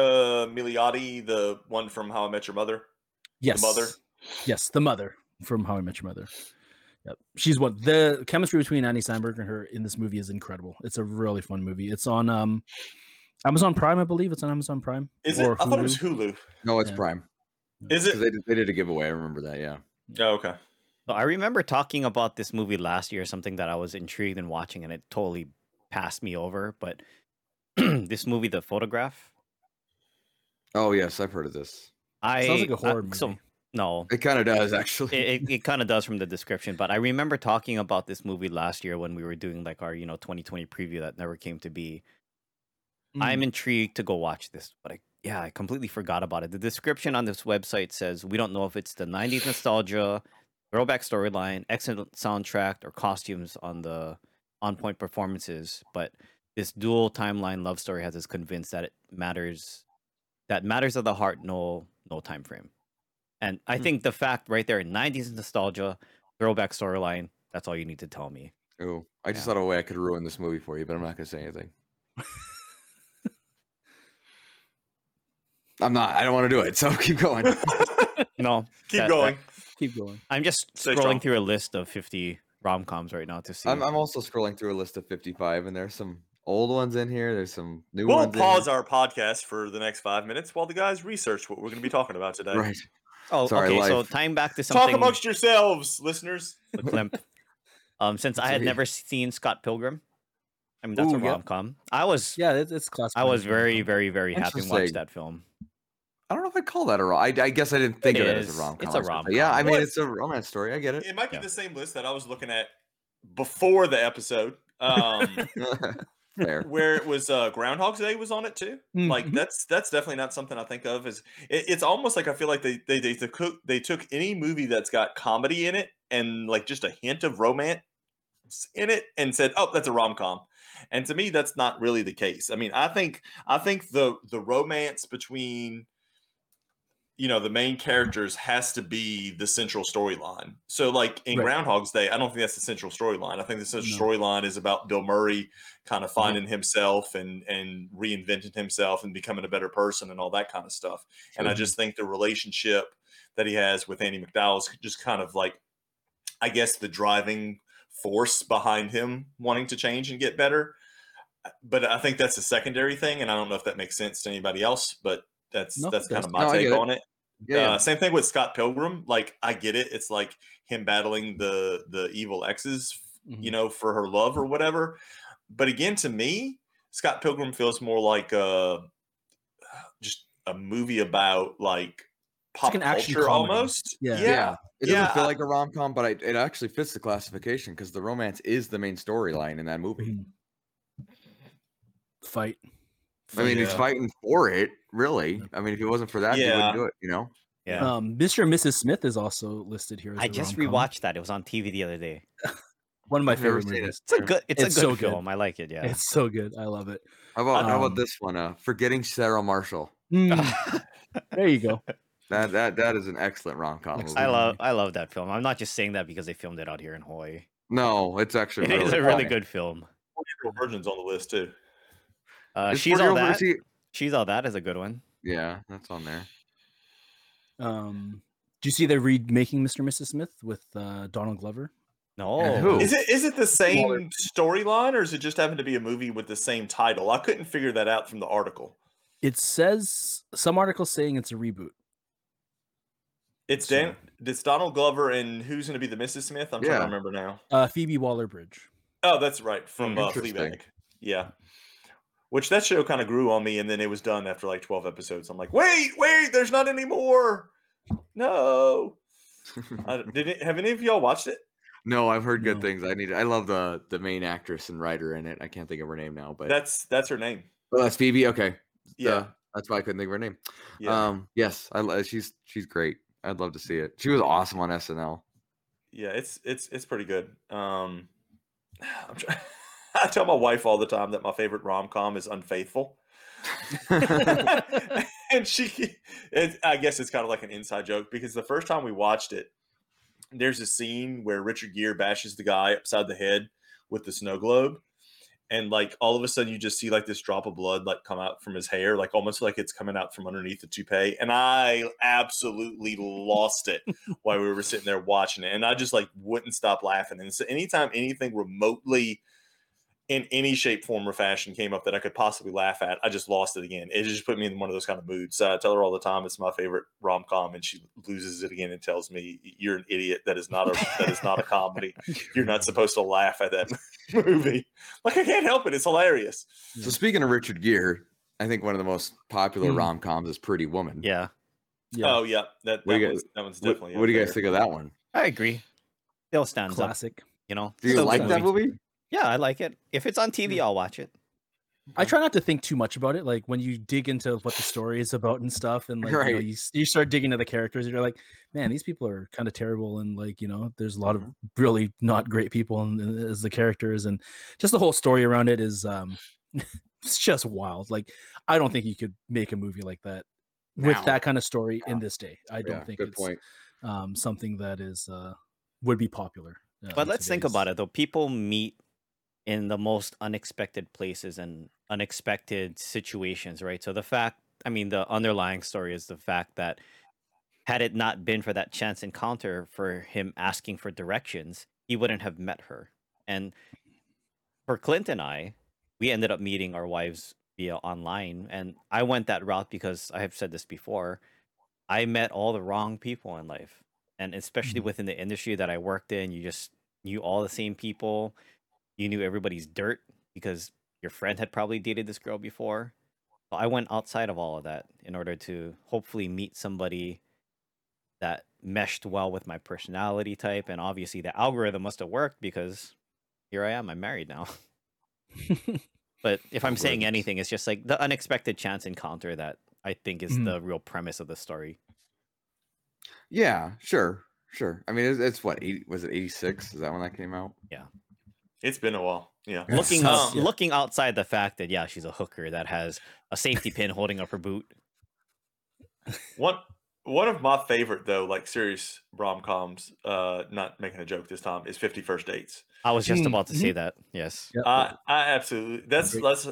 C: Milioti, the one from How I Met Your Mother.
B: Yes,
C: mother.
B: Yes, the mother from How I Met Your Mother. Yep, she's one. The chemistry between Andy Sandberg and her in this movie is incredible. It's a really fun movie. It's on um, Amazon Prime, I believe. It's on Amazon Prime.
C: Is it? I thought it was
B: Hulu.
C: Hulu.
A: that. No, it's
B: Yeah.
A: Prime.
C: Is
A: 'Cause
C: it?
A: They, did- they did a giveaway. I remember that. Yeah.
C: Oh, okay.
D: So I remember talking about this movie last year, something that I was intrigued in watching, and it totally passed me over. But this movie, The Photograph,
A: Oh yes, I've heard of this.
D: I
B: Sounds like a horror
D: I- so-
B: movie.
D: no,
A: It kind of does actually.
D: it, it, it kind of does from the description but i remember talking about this movie last year when we were doing like our you know 2020 preview that never came to be
B: Mm-hmm.
A: Mm-hmm.
D: i'm intrigued to go watch this but i yeah i completely forgot about it the description on this website says we don't know if it's the 90s nostalgia throwback storyline excellent soundtrack or costumes on the on point performances but this dual timeline love story has us convinced that it matters that matters of the heart no no time frame and i
B: Hmm.
D: think the fact right there 90s nostalgia throwback storyline that's all you need to tell me
A: Oh, I just
D: Yeah.
A: thought of a way I could ruin this movie for you, but I'm not gonna say anything. I'm not. I don't want to do it. So keep going.
D: no
C: Keep
D: That-
C: going.
B: Keep going.
D: i'm just
C: Stay strong.
D: scrolling through a list of 50 rom-coms right now to see
A: I'm, I'm also scrolling through a list of 55, and there's some old ones in here. There's some new
C: We'll
A: ones. in
C: pause
A: here.
C: our podcast for the next five minutes while the guys research what we're going to be talking about today.
A: Right.
D: oh
A: sorry,
D: okay so
A: life.
D: tying back to something
C: Talk amongst yourselves, listeners.
D: with Klemp. um since i had
A: Sorry.
D: never seen scott pilgrim i mean that's
B: Ooh,
D: a
B: yep.
D: rom-com i was
B: Yeah, it's, it's classic.
D: i was
B: Andy Samberg.
D: very very very happy to watch
A: Interesting.
D: that film
A: I don't know if I call that a rom. I, I guess I didn't think
D: It
A: of it as
D: is.
A: a rom com.
D: It's a
A: Yeah,
D: rom-com.
A: I mean
C: What?
A: it's a romance story. I get it.
C: It might be
D: Yeah.
C: the same list that I was looking at before the episode, um,
A: Fair.
C: where it was uh, Groundhog's Day was on it too. Like
B: Mhm.
C: that's that's definitely not something I think of. Is it, it's almost like I feel like they they they took they took any movie that's got comedy in it and like just a hint of romance in it and said, oh, that's a rom com. And to me, that's not really the case. I mean, I think I think the the romance between you know the main characters has to be the central storyline. So like in
B: Right.
C: Groundhog's Day, I don't think that's the central storyline. I think the central
B: No.
C: storyline is about Bill Murray kind
A: Mm-hmm.
C: of finding himself and and reinventing himself and becoming a better person and all that kind of stuff. And I
B: Sure.
C: just think the relationship that he has with Andy McDowell is just kind of like, I guess, the driving force behind him wanting to change and get better. Uh, But I think that's a secondary thing, and I don't know if that makes sense to anybody else. But that's
B: No,
C: that's
B: it
C: kind
B: does.
C: of my
A: No, I
C: take
A: get it.
C: on it.
A: Yeah, yeah.
C: Uh, same thing with Scott Pilgrim. Like I get it. It's like him battling the the evil exes,
B: Mm-hmm.
C: you know, for her love or whatever. But again, to me, Scott Pilgrim feels more like a just a movie about like pop
B: like an action
C: culture
B: comedy.
C: almost.
B: Yeah.
C: yeah. yeah.
A: It
C: yeah,
A: doesn't feel
C: I-
A: like a rom com, but I, it actually fits the classification because the romance is the main storyline in that movie.
D: Hmm.
B: Mhm. Fight.
A: I mean, he's
C: Yeah.
A: fighting for it, really. I mean, if it wasn't for that, he
C: Yeah.
A: wouldn't do it. You know,
D: Yeah.
B: Um, Mr. and Mrs. Smith is also listed here. As
D: I
B: a
D: just
B: rom-com.
D: rewatched that. It was on TV the other day.
B: one of my
A: I've never
B: favorite
A: seen it.
B: movies.
D: It's a good. It's,
B: It's
D: a good
B: so good.
D: film. I like it. Yeah.
B: It's so good. I love it.
A: how about how
B: Um,
A: about this one? Uh, forgetting Sarah Marshall.
B: Mm, there you go.
A: That that that is an excellent rom com movie.
B: Excellent.
D: I love. I love that film. I'm not just saying that because they filmed it out here in Hawaii.
A: No, it's actually
D: It
A: really
D: is a really
A: funny.
D: good film.
C: Little Virgin's on the list too.
D: Uh,
A: Is
D: she's all
A: Forty Over-
D: that.
A: is he-
D: she's all that is a good one.
A: Yeah, that's on there.
B: Um, do you see they're remaking Mr. and Mrs. Smith with uh, Donald Glover?
D: No.
A: who?
C: Is it is it the
A: Smaller.
C: same storyline or is it just having to be a movie with the same title? I couldn't figure that out from the article.
B: It says some articles saying it's a reboot.
C: It's
B: So-
C: Dan it's Donald Glover and who's gonna be the Mrs. Smith? I'm trying
A: Yeah.
C: to remember now.
B: Uh, Phoebe Waller Bridge.
C: Oh, that's right. From
A: Mm.
C: uh,
A: Interesting.
C: Fleabag. Yeah. Which that show kind of grew on me and then it was done after like 12 episodes. I'm like, wait, wait, there's not any more. No.
D: Uh,
C: I, d- did it, have any of y'all watched it?
A: no, I've heard good
B: No.
A: things. I need. I love the the main actress and writer in it. I can't think of her name now, but
C: That's that's her name.
A: oh, that's Phoebe. Okay,
C: Yeah.
A: Duh. that's why I couldn't think of her name.
C: yeah.
A: Um, yes, I lo- she's she's great. I'd love to see it. She was awesome on SNL.
C: yeah it's it's it's pretty good um I'm try- i tell my wife all the time that my favorite rom-com is unfaithful and she it, i guess it's kind of like an inside joke because the first time we watched it there's a scene where richard gere bashes the guy upside the head with the snow globe and like all of a sudden you just see like this drop of blood like come out from his hair like almost like it's coming out from underneath the toupee and i absolutely lost it while we were sitting there watching it and i just like wouldn't stop laughing and so anytime anything remotely in any shape form or fashion came up that i could possibly laugh at i just lost it again it just put me in one of those kind of moods so i tell her all the time it's my favorite rom-com and she loses it again and tells me you're an idiot that is not a that is not a comedy you're not supposed to laugh at that movie like I can't help it. It's hilarious.
A: so speaking of Richard Gere, I think one of the most popular
B: Mhm.
A: rom coms is Pretty Woman.
D: Yeah.
B: Yeah,
C: Oh yeah, that,
A: What
C: that,
A: do you guys-
C: one's, that one's
A: What,
C: definitely.
A: what
C: up
A: do you guys
C: there.
A: think of that one?
D: I agree. Still stands up.
B: classic.
D: You know.
A: Do you
D: Still a
A: like
D: good
A: that movie?
D: Yeah, I like it. If it's on TV, I'll watch it.
B: I try not to think too much about it. Like when you dig into what the story is about and stuff, and like you, know,
A: Right.
B: you, s- you start digging into the characters, and you're like, man, these people are kind of terrible, and like you know, there's a lot of
A: Mm-hmm.
B: really not great people in, in- as the characters, and just the whole story around it is um, it's just wild. Like I don't think you could make a movie like that with
A: Now.
B: that kind of story in
A: Yeah.
B: this day. I don't
A: Yeah,
B: think
A: good
B: it's
A: point.
B: um something that is uh would be popular. uh,
D: But
B: in
D: let's think
B: today's-
D: about it though. People meet in the most unexpected places and unexpected situations, right? So the fact, I mean, the underlying story is the fact that had it not been for that chance encounter for him asking for directions, he wouldn't have met her. And for Clint and I, we ended up meeting our wives via online. And I went that route because I have said this before. I met all the wrong people in life. And especially
B: Mhm.
D: within the industry that I worked in, you just knew all the same people. You knew everybody's dirt because your friend had probably dated this girl before. But I went outside of all of that in order to hopefully meet somebody that meshed well with my personality type. And obviously, the algorithm must have worked because here I am. I'm married now. But if I'm saying
A: Algorithms.
D: anything, it's just like the unexpected chance encounter that I think is
B: Mhm.
D: the real premise of the story.
A: Yeah, sure, sure. I mean, it's, it's what eight was it eighty six? Is that when that came out?
C: It's been a while. Yeah.
B: Yeah.
D: Looking
C: Um,
D: out- looking outside the fact that yeah, she's a hooker that has a safety pin holding up her boot.
C: One One of my favorite though, like serious rom coms, uh, not making a joke this time, is Fifty First Dates.
D: I was just
B: Mm,
D: about to say that. Yes.
B: Yep.
C: I, I absolutely that's
B: Agreed.
C: that's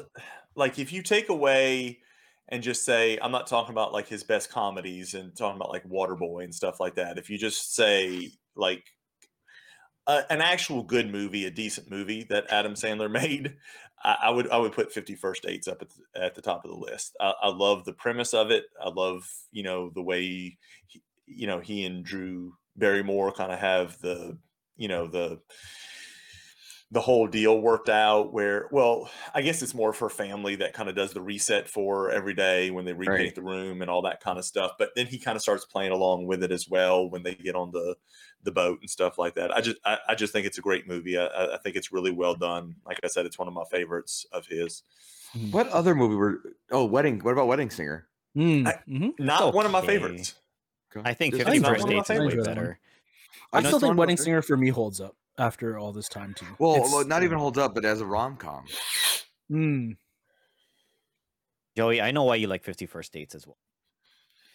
C: like if you take away and just say I'm not talking about like his best comedies and talking about like Waterboy and stuff like that. If you just say like a, an actual good movie, a decent movie that Adam Sandler made, I, I would I would put Fifty First Dates up at the, at the top of the list. I, I love the premise of it. I love you know the way he, you know he and Drew Barrymore kind of have the you know the the whole deal worked out where well i guess it's more for family that kind of does the reset for every day when they repaint
A: Right.
C: the room and all that kind of stuff but then he kind of starts playing along with it as well when they get on the the boat and stuff like that i just i, I just think it's a great movie I- I, I think it's really well done like i said it's one of my favorites of his
B: Hmm.
A: What other movie were? Oh, Wedding. What about Wedding Singer?
B: Mm,
C: I-
B: mhm.
C: not one of my
D: okay.
C: favorites
A: Go-
D: I think
A: just-
C: Fifty it's not
D: Fifty First
C: one of my
D: Dates is way
B: favorites.
D: better.
A: know
B: I still
A: it's one
B: think
A: of my
B: Wedding
A: favorite-
B: Singer for me holds up after all this time too.
A: Well,
B: It's-
A: well, not even holds up, but as a rom com.
B: Mm,
D: Joey, I know why you like Fifty First Dates as well.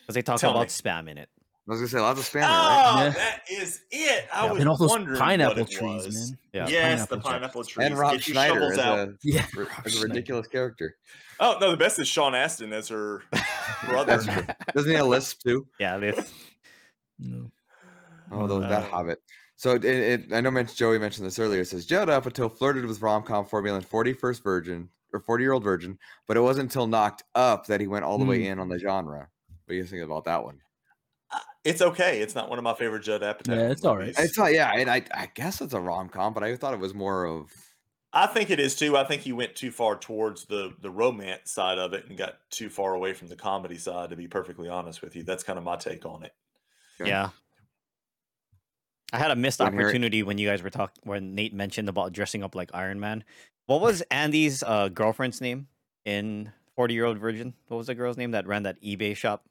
D: Because they talk
C: Tell
D: about
C: me.
D: spam in it.
A: I was gonna say lots of spam. in it, right?
C: Ah,
B: Yeah.
C: that is it i
D: Yeah.
C: was
B: and all
C: wondering
B: those
C: what
B: pineapple
C: it
B: trees,
C: was.
B: man.
D: Yeah.
B: Those
C: yes the
B: trees.
C: pineapple trees
A: And Rob
C: Get your
A: Schneider
C: shovels
A: as
C: out.
A: a,
B: Yeah,
A: ri-
B: Rob
A: as a
B: Schneider.
A: ridiculous character.
C: oh no the best is sean astin as her brother
A: That's true. Doesn't he have a lisp too?
D: Yeah, this
B: No.
A: Oh, those, that
C: Uh,
A: Hobbit. So it, it, I know men- Joey mentioned this earlier. It says Judd up until flirted with rom com formula in 41st Virgin or 40 year old virgin, but it wasn't until knocked up that he went all the way in on the genre. What do you think about that one?
C: It's okay. It's not one of my favorite Judd Apatow.
B: Yeah, it's all right.
C: movies.
A: It's not, yeah, and I, I guess it's a rom com, but I thought it was more of
C: I think it is too. I think he went too far towards the the romance side of it and got too far away from the comedy side. To be perfectly honest with you, that's kind of my take on it.
A: Yeah.
D: Yeah. I had a missed
A: When Harry-
D: opportunity when you guys were talking when Nate mentioned about dressing up like Iron Man. What was Andy's uh, girlfriend's name in 40 Year Old Virgin? What was the girl's name that ran that eBay shop?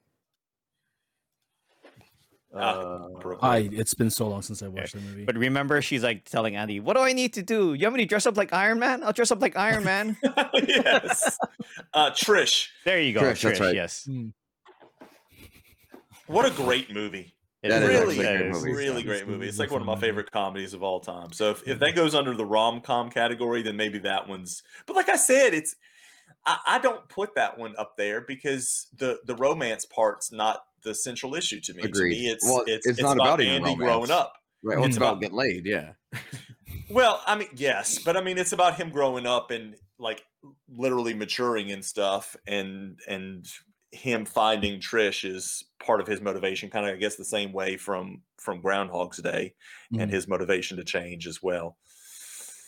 C: Uh, Brooklyn.
B: I it's been so long since I watched the movie.
D: But remember, she's like telling Andy, "What do I need to do? You want me to dress up like Iron Man? I'll dress up like Iron Man."
C: yes, uh, Trish.
D: there you go,
A: Trish,
D: Trish.
A: that's right.
D: Yes,
B: Mm,
C: What a great movie!
D: It
A: That is
C: really,
A: actually a good
D: is.
A: movie.
C: really
B: This
C: great movie.
B: movie
C: It's
B: is
C: like one of my
B: definitely-
C: favorite comedies of all time. So if, if that goes under the rom com category, then maybe that one's. But like I said, it's I, I don't put that one up there because the the romance part's not the central issue to me.
A: Agreed.
C: To me, it's
A: Well,
C: it's, it's, not about,
A: even
C: Andy
A: romance.
C: growing up.
A: right, well,
C: It's
A: it's about
C: about-
A: get laid, yeah.
C: Well, I mean, yes, but I mean, it's about him growing up and like literally maturing and stuff, and and him finding Trish is part of his motivation. Kind of, I guess, the same way from from Groundhog's Day and
B: Mhm.
C: his motivation to change as well.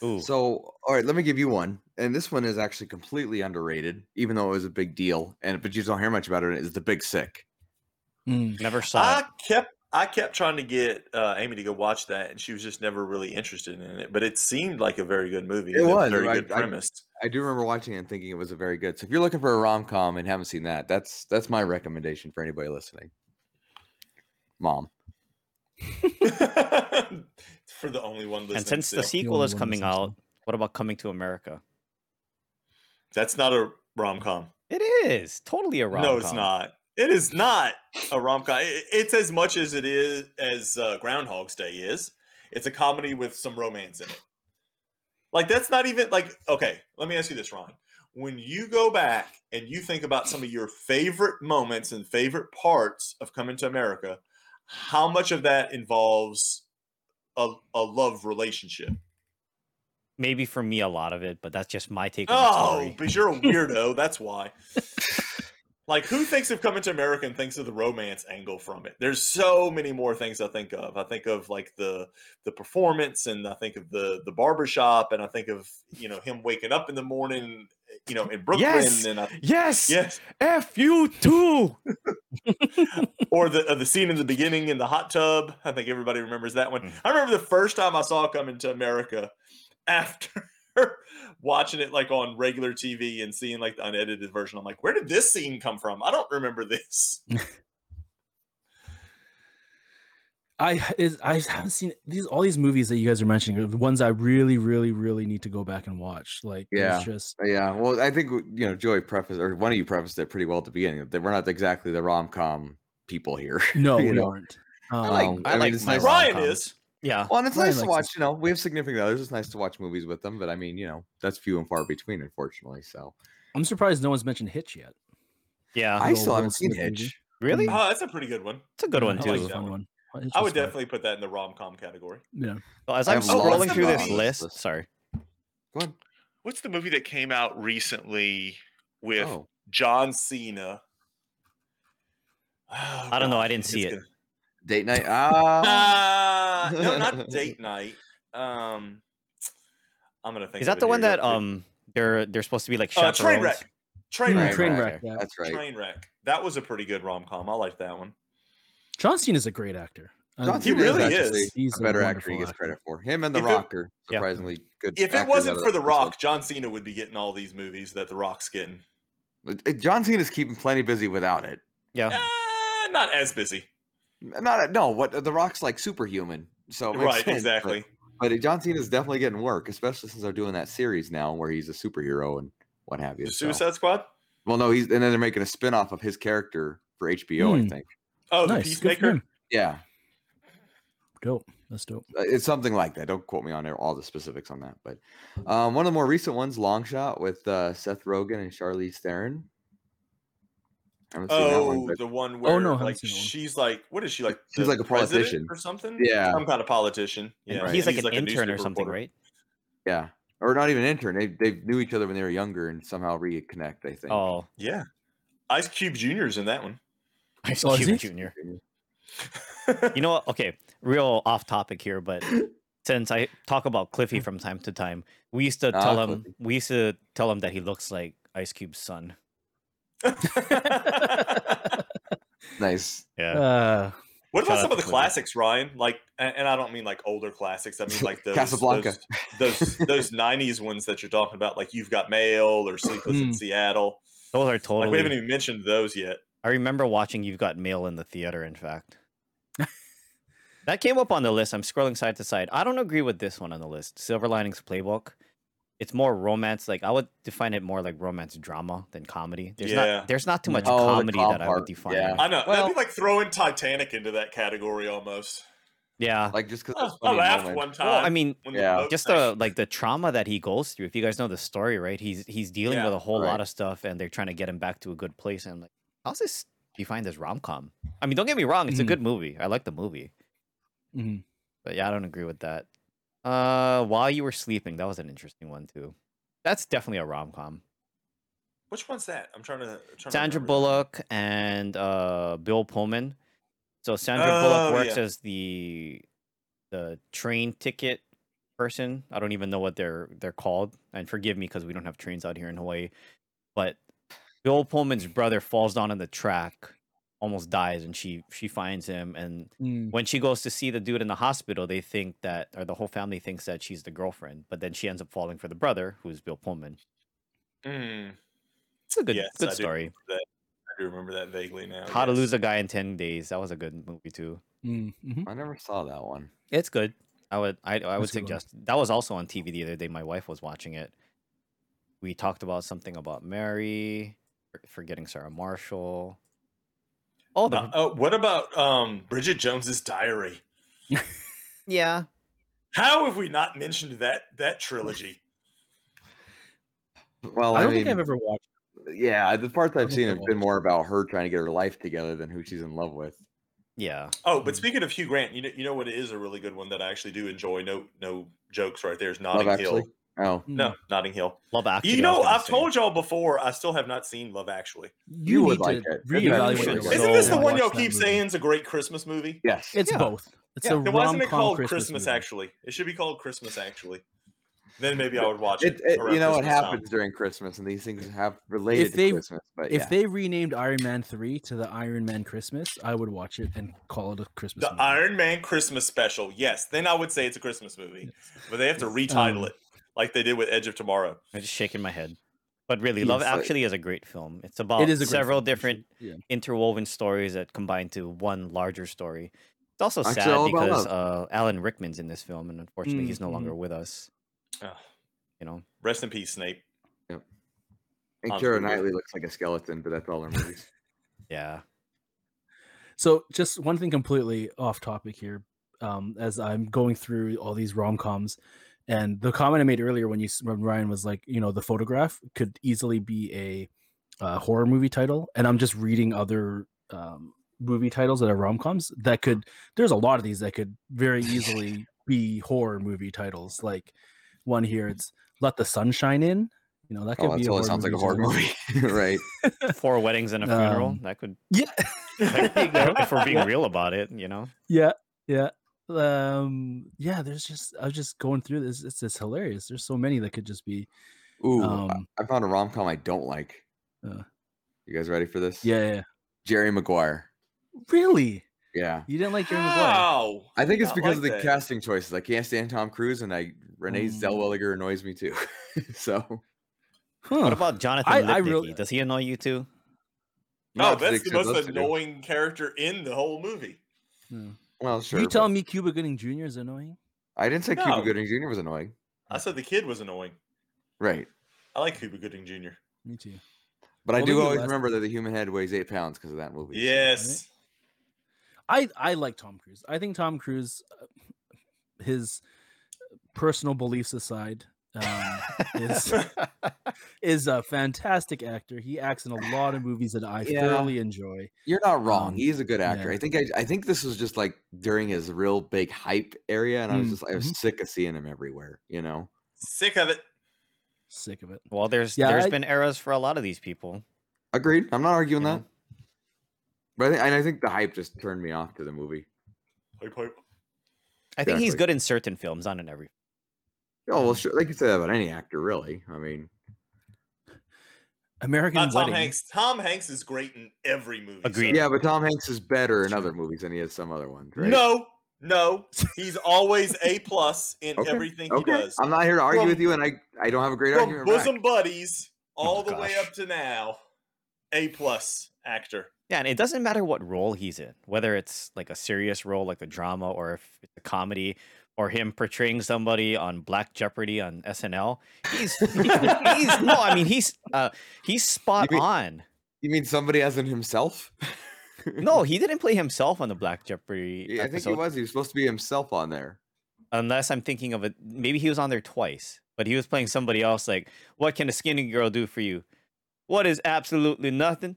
D: Ooh.
A: So, all right, let me give you one, and this one is actually completely underrated, even though it was a big deal, and but you just don't hear much about it. Is the Big Sick?
B: Mm,
D: Never saw
C: I
A: Ah,
D: it.
C: kept I kept trying to get uh, Amy to go watch that, and she was just never really interested in it. But it seemed like a very good movie.
A: It
C: and a
A: was,
C: very
A: I-
C: good
A: I-
C: premise.
A: I do remember watching it and thinking it was a very good. So, if you're looking for a rom com and haven't seen that, that's that's my recommendation for anybody listening. Mom,
C: For the only one listening,
D: And since the
C: still.
D: sequel is
B: only one
D: coming
B: listening
D: out, what about Coming to America?
C: that's not a rom com.
D: It is totally a rom.
C: No, it's not. It is not a rom com. It's as much as it is as uh, Groundhog's Day is. It's a comedy with some romance in it. Like that's not even like okay. Let me ask you this, Ron. When you go back and you think about some of your favorite moments and favorite parts of Coming to America, how much of that involves a, a love relationship?
D: Maybe for me, a lot of it, but that's just my take. On the
C: Oh,
D: story.
C: because you're a weirdo. that's why. Like, who thinks of coming to America and thinks of the romance angle from it? There's so many more things I think of. I think of like the the performance, and I think of the the barbershop, and I think of you know him waking up in the morning, you know, in Brooklyn,
D: Yes!
C: and I,
D: Yes,
C: yes,
D: F you too.
C: or the uh, the scene in the beginning in the hot tub. I think everybody remembers that one.
D: Mm.
C: I remember the first time I saw Coming to America after watching it like on regular TV and seeing like the unedited version. I'm like, where did this scene come from? I don't remember this.
B: I is I haven't seen these all these movies that you guys are mentioning are the ones I really, really, really need to go back and watch. Like,
A: Yeah.
B: it's just
A: Uh, yeah. Well, I think w- you know Joey prefaced or one of you prefaced it pretty well at the beginning. That we're not exactly the rom com people here.
B: No,
A: You
B: we
A: know.
B: aren't.
A: I like.
D: Um,
A: I,
D: I
A: mean,
D: like
A: it's
D: my
A: nice.
D: rock.
C: Ryan
D: rom-coms.
C: is.
D: Yeah.
A: Well, and it's
B: Ryan
A: nice to
B: likes
A: watch. You know, we have significant others. It's nice to watch movies with them, but I mean, you know, that's few and far between, unfortunately. So
B: I'm surprised no one's mentioned Hitch yet.
D: Yeah.
A: I
B: good
A: still
B: old
A: haven't
B: Will
A: seen
B: Smith movie.
A: Hitch.
D: really?
B: Mm.
D: It's
C: Oh, that's a pretty good one.
D: a good
B: Yeah,
D: one
B: I
D: too.
B: like
C: too.
B: that one. Hitch
C: I
B: was
C: would
B: fun.
C: definitely put that in the rom com category.
B: Yeah.
D: Well, as
A: I
D: I'm
A: have lots
D: scrolling
A: of
D: through this
A: movies.
D: list, sorry.
A: go ahead.
E: What's the movie that came out recently with
A: Oh,
C: John Cena.
D: I don't know, I didn't see it.
A: date night. Ah,
C: Uh, no, not date night. Um, I'm gonna think.
D: Is
C: of
D: that
C: it
D: the
C: here
D: one
C: real
D: that
C: quick.
D: um they're they're supposed to be like
C: Uh, train
D: chaperones?
C: wreck. Train
A: Hmm.
B: Mm,
C: wreck.
B: Train- Trainwreck, yeah.
A: That's right.
C: Train wreck. That was a pretty good rom com. I liked that one.
B: John Cena is a great actor. I-
A: John
C: He
A: Cena
C: really
A: actually
C: is.
B: He's
A: a better actor.
B: wonderful
A: He gets
B: actor.
A: credit for him and The
C: If it-
A: Rock are
D: Yeah.
A: surprisingly good.
C: If it
A: actors out
C: wasn't
A: of
C: for
A: that
C: The
A: episode.
C: Rock, John Cena would be getting all these movies that The Rock's getting.
A: Uh, John Cena's keeping plenty busy without it.
D: Yeah.
C: Uh, not as busy.
A: Not no, what The Rock's like superhuman. So it makes
C: Right,
A: sense, but-
C: exactly.
A: But, John Cena's definitely getting work, especially since they're doing that series now where he's a superhero and what have you. so-
C: Suicide Squad?
A: Well, no, he's and then they're making a spin-off of his character for HBO, I
B: Hmm.
A: think.
C: Oh, the
B: Nice. Good for
C: Peacemaker?
B: him.
A: Yeah.
B: Dope. That's dope.
A: uh, It's something like that. Don't quote me on all the specifics on that, but
B: Mm-hmm.
A: um, one of the more recent ones, Long Shot with uh, Seth Rogen and Charlize Theron. I haven't seen that
C: Oh,
A: one, but-
C: the one where
B: no, I haven't
C: like
B: seen that one.
C: she's like, what is she like?
A: She's
C: the
A: like a
C: president
A: politician.
C: or something.
A: Yeah.
C: some kind of politician. Yeah,
A: Right.
D: He's like an
C: a
D: intern or
C: newspaper
D: something,
C: reporter.
D: right?
A: Yeah. Or not even intern. They they knew each other when they were younger and somehow reconnect, I think.
D: Oh,
C: Yeah, Ice Cube Junior's in that one.
D: Ice
B: Oh, is
D: Cube
B: he?
D: Junior. You know what? Okay, real off topic here, but since I talk about Cliffy from time to time, we used to
A: Ah,
D: tell him
A: Cliffy.
D: we used to tell him that he looks like Ice Cube's son.
A: Nice.
D: Yeah.
B: Uh,
C: what
D: Shout
C: about
D: out
C: some
D: to
C: of the
D: Clifford.
C: classics, Ryan? Like, a- and I don't mean like older classics. I mean like those
A: Casablanca.
C: those those, those '90s ones that you're talking about, like You've Got Mail or Sleepless in
B: Mm.
C: Seattle.
D: Those
C: Like
D: are
C: we
D: Hmm. totally
C: haven't even mentioned those yet.
D: I remember watching You've Got Mail in the theater, in fact. that came up on the list. I'm scrolling side to side. I don't agree with this one on the list Silver Linings Playbook. It's more romance. Like, I would define it more like romance drama than comedy. There's,
C: Yeah.
D: not, there's not too much
A: Oh, the
D: comedy
A: calm
D: that I would
A: part,
D: define.
A: yeah.
D: it.
C: I know
A: Well-
C: that'd be like throwing Titanic into that category almost.
B: Uh,
C: Oh,
D: Yeah.
A: Like just because
C: I laughed one time.
D: Well, I mean,
C: when the
A: Yeah.
C: boat
D: just uh,
C: sank.
D: the like the trauma that he goes through. If you guys know the story, right? He's he's dealing
C: Yeah,
D: with a whole
A: right.
D: lot of stuff, and they're trying to get him back to a good place. And I'm like, how's this? Do you find this rom com? I mean, don't get me wrong; it's a
B: Mhm.
D: good movie. I like the movie,
B: mhm.
D: but yeah, I don't agree with that. Uh, while you were sleeping, that was an interesting one too. That's definitely a rom com.
C: Which one's that? I'm trying to. I'm trying to remember
D: Sandra
C: that.
D: Bullock and uh, Bill Pullman. So Sandra
C: Oh,
D: Bullock works
C: yeah.
D: as the the train ticket person. I don't even know what they're they're called. And forgive me because we don't have trains out here in Hawaii. But Bill Pullman's brother falls down on the track, almost dies, and she she finds him. And
B: Mm.
D: when she goes to see the dude in the hospital, they think that, or the whole family thinks that she's the girlfriend. But then she ends up falling for the brother, who's Bill Pullman.
C: Mm,
D: It's a good
C: Yes, I
D: good
C: do
D: story.
C: I do remember that vaguely now.
D: How to
C: yes.
D: Lose a Guy in Ten Days. That was a good movie too.
B: Mm, mhm.
A: I never saw that one.
D: It's good. I would I, I would
B: That's a good one.
D: suggest that was also on TV the other day. My wife was watching it. We talked about something about Mary, for- forgetting Sarah Marshall. Oh, the,
C: Uh, oh, what about um, Bridget Jones's Diary?
D: yeah.
C: How have we not mentioned that that trilogy?
A: Well, Oh,
B: I
A: I,
B: don't
A: mean,
B: think I've ever watched.
A: yeah, the parts I've
B: don't
A: seen
B: think
A: have
B: I've
A: been more about her trying to get her life together than who she's in love with.
D: Yeah.
C: Oh, but
B: Mm.
C: speaking of Hugh Grant, you know, you know what is a really good one that I actually do enjoy. No, no jokes right there is Notting
A: love
C: Hill.
A: Actually. Oh,
B: mm,
C: No, Notting Hill.
D: Love Actually.
C: you know, I've told y'all before. I still have not seen Love Actually.
A: You would
B: need
A: like
B: to
A: it. It's
B: reevaluate
A: actually
B: your
A: good.
B: life.
C: Isn't this the
D: So
C: one
B: Watch
C: y'all
B: that
C: keep
B: movie.
C: saying is a great Christmas movie?
A: yes.
B: It's
D: Yeah.
B: both. It's
A: Yeah.
B: a
C: Then why isn't
B: rom
C: it
B: com
C: called
B: Christmas,
C: Christmas,
B: movie.
C: Actually? It should be called Christmas Actually. Then maybe I would watch it.
A: It, it-
C: around
A: you know, it
C: Christmas time.
A: happens during Christmas, and these things have related
B: they-
A: to Christmas. But
B: If
A: yeah.
B: they renamed Iron Man three to the Iron Man Christmas, I would watch it and call it a Christmas.
C: The
B: movie.
C: Iron Man Christmas special. Yes, then I would say it's a Christmas movie, but they have to retitle
B: Um,
C: it like they did with Edge of Tomorrow.
D: I'm just shaking my head. But really,
A: Yes,
D: Love
A: I-
D: Actually is a great film. It's about
B: It is a great
D: several
B: film, for sure.
D: different
B: Yeah.
D: interwoven stories that combine to one larger story. It's also
A: Actually,
D: sad
A: all about
D: because uh, Alan Rickman's in this film, and unfortunately, he's no
B: Mhm.
D: longer with us.
C: Ugh.
D: You know,
C: Rest in peace, Snape.
A: And
C: Tom's
A: Kira
C: movie.
A: Knightley looks like a skeleton, but that's all her movies.
D: yeah.
B: So just one thing completely off topic here. Um, as I'm going through all these rom coms, and the comment I made earlier when you s- when Ryan was like, you know, the photograph could easily be a uh, horror movie title, and I'm just reading other um, movie titles that are rom coms that could. There's a lot of these that could very easily be horror movie titles. Like one here, it's "Let the Sunshine In." You know, that could
A: Oh, that
B: be.
A: totally sounds like a horror
B: title.
A: movie, right?
D: Four weddings and a funeral.
B: Um,
D: that could,
B: Yeah. There you go.
D: if we're being
B: Yeah.
D: real about it, you know.
B: Yeah, yeah. Um, yeah, there's just I was just going through this. It's just hilarious. There's so many that could just be
A: Ooh, I-
B: um
A: I found a rom com I don't like.
B: Uh.
A: you guys ready for this?
B: yeah, yeah, yeah.
A: Jerry Maguire.
B: Really?
A: Yeah.
B: You didn't like your Maguire?
C: Wow.
A: I think it's
C: Not
A: because of the
C: like that.
A: casting choices. I can't stand Tom Cruise, and I Renee
B: Mm.
A: Zellweger annoys me too. so
B: Huh.
D: What about Jonathan
B: I-
D: I,
B: I really-
D: Does he annoy you too?
C: No,
A: Not
C: that's
A: Dixon,
C: the most
A: those two.
C: annoying character in the whole movie.
B: Yeah.
A: Well, sure.
B: you
A: but
B: telling me Cuba Gooding Jr. is annoying?
A: I didn't say
C: No.
A: Cuba Gooding Jr. was annoying.
C: I said the kid was annoying.
A: Right.
C: I like Cuba Gooding Jr.
B: Me too.
A: But I
B: Well,
A: do
B: maybe
A: always
B: less-
A: remember that the human head weighs eight pounds because of that movie. so-
C: Yes.
B: I I like Tom Cruise. I think Tom Cruise, uh, his personal beliefs aside, um, is is a fantastic actor. He acts in a lot of movies that I
A: Yeah.
B: thoroughly enjoy.
A: You're not wrong.
B: Um,
A: He's a good actor.
B: yeah.
A: I think I, I think this was just like during his real big hype area, and I was
B: Mm,
A: just I was
B: mhm.
A: sick of seeing him everywhere, you know.
C: Sick of it.
B: Sick of it.
D: Well, there's
B: Yeah,
D: there's
B: I-
D: been eras for a lot of these people.
A: Agreed. I'm not arguing
D: Yeah.
A: that. But I think, and I think the hype just turned me off to the movie.
C: Hope, hope.
D: I think he's
A: Exactly.
D: good in certain films, not in every.
A: Oh well, sure. Like you said about any actor, really. I mean,
B: American
C: Not Uh, Tom
B: Wedding.
C: Hanks. Tom Hanks is great in every movie.
D: Agreed.
C: sir.
A: yeah, but Tom Hanks is better in
B: Sure.
A: other movies than he is some other ones, right?
C: No, no. He's always A plus in
A: Okay,
C: everything he
A: Okay.
C: does.
A: I'm not here to argue
C: From-
A: with you, and I I don't have a great
C: From
A: argument. back.
C: bosom buddies all
A: Oh,
C: the way
A: gosh.
C: up to now, A plus actor.
D: Yeah, and it doesn't matter what role he's in, whether it's like a serious role, like a drama, or if it's a comedy, or him portraying somebody on Black Jeopardy on SNL. He's, he's, he's- no, I mean he's uh, he's spot
A: mean-
D: on.
A: You mean somebody as in himself?
D: No, he didn't play himself on the Black Jeopardy.
A: Yeah, I think he
D: episode,
A: was. He was supposed to be himself on there.
D: Unless I'm thinking of it, maybe he was on there twice, but he was playing somebody else. Like, what can a skinny girl do for you? What is absolutely nothing?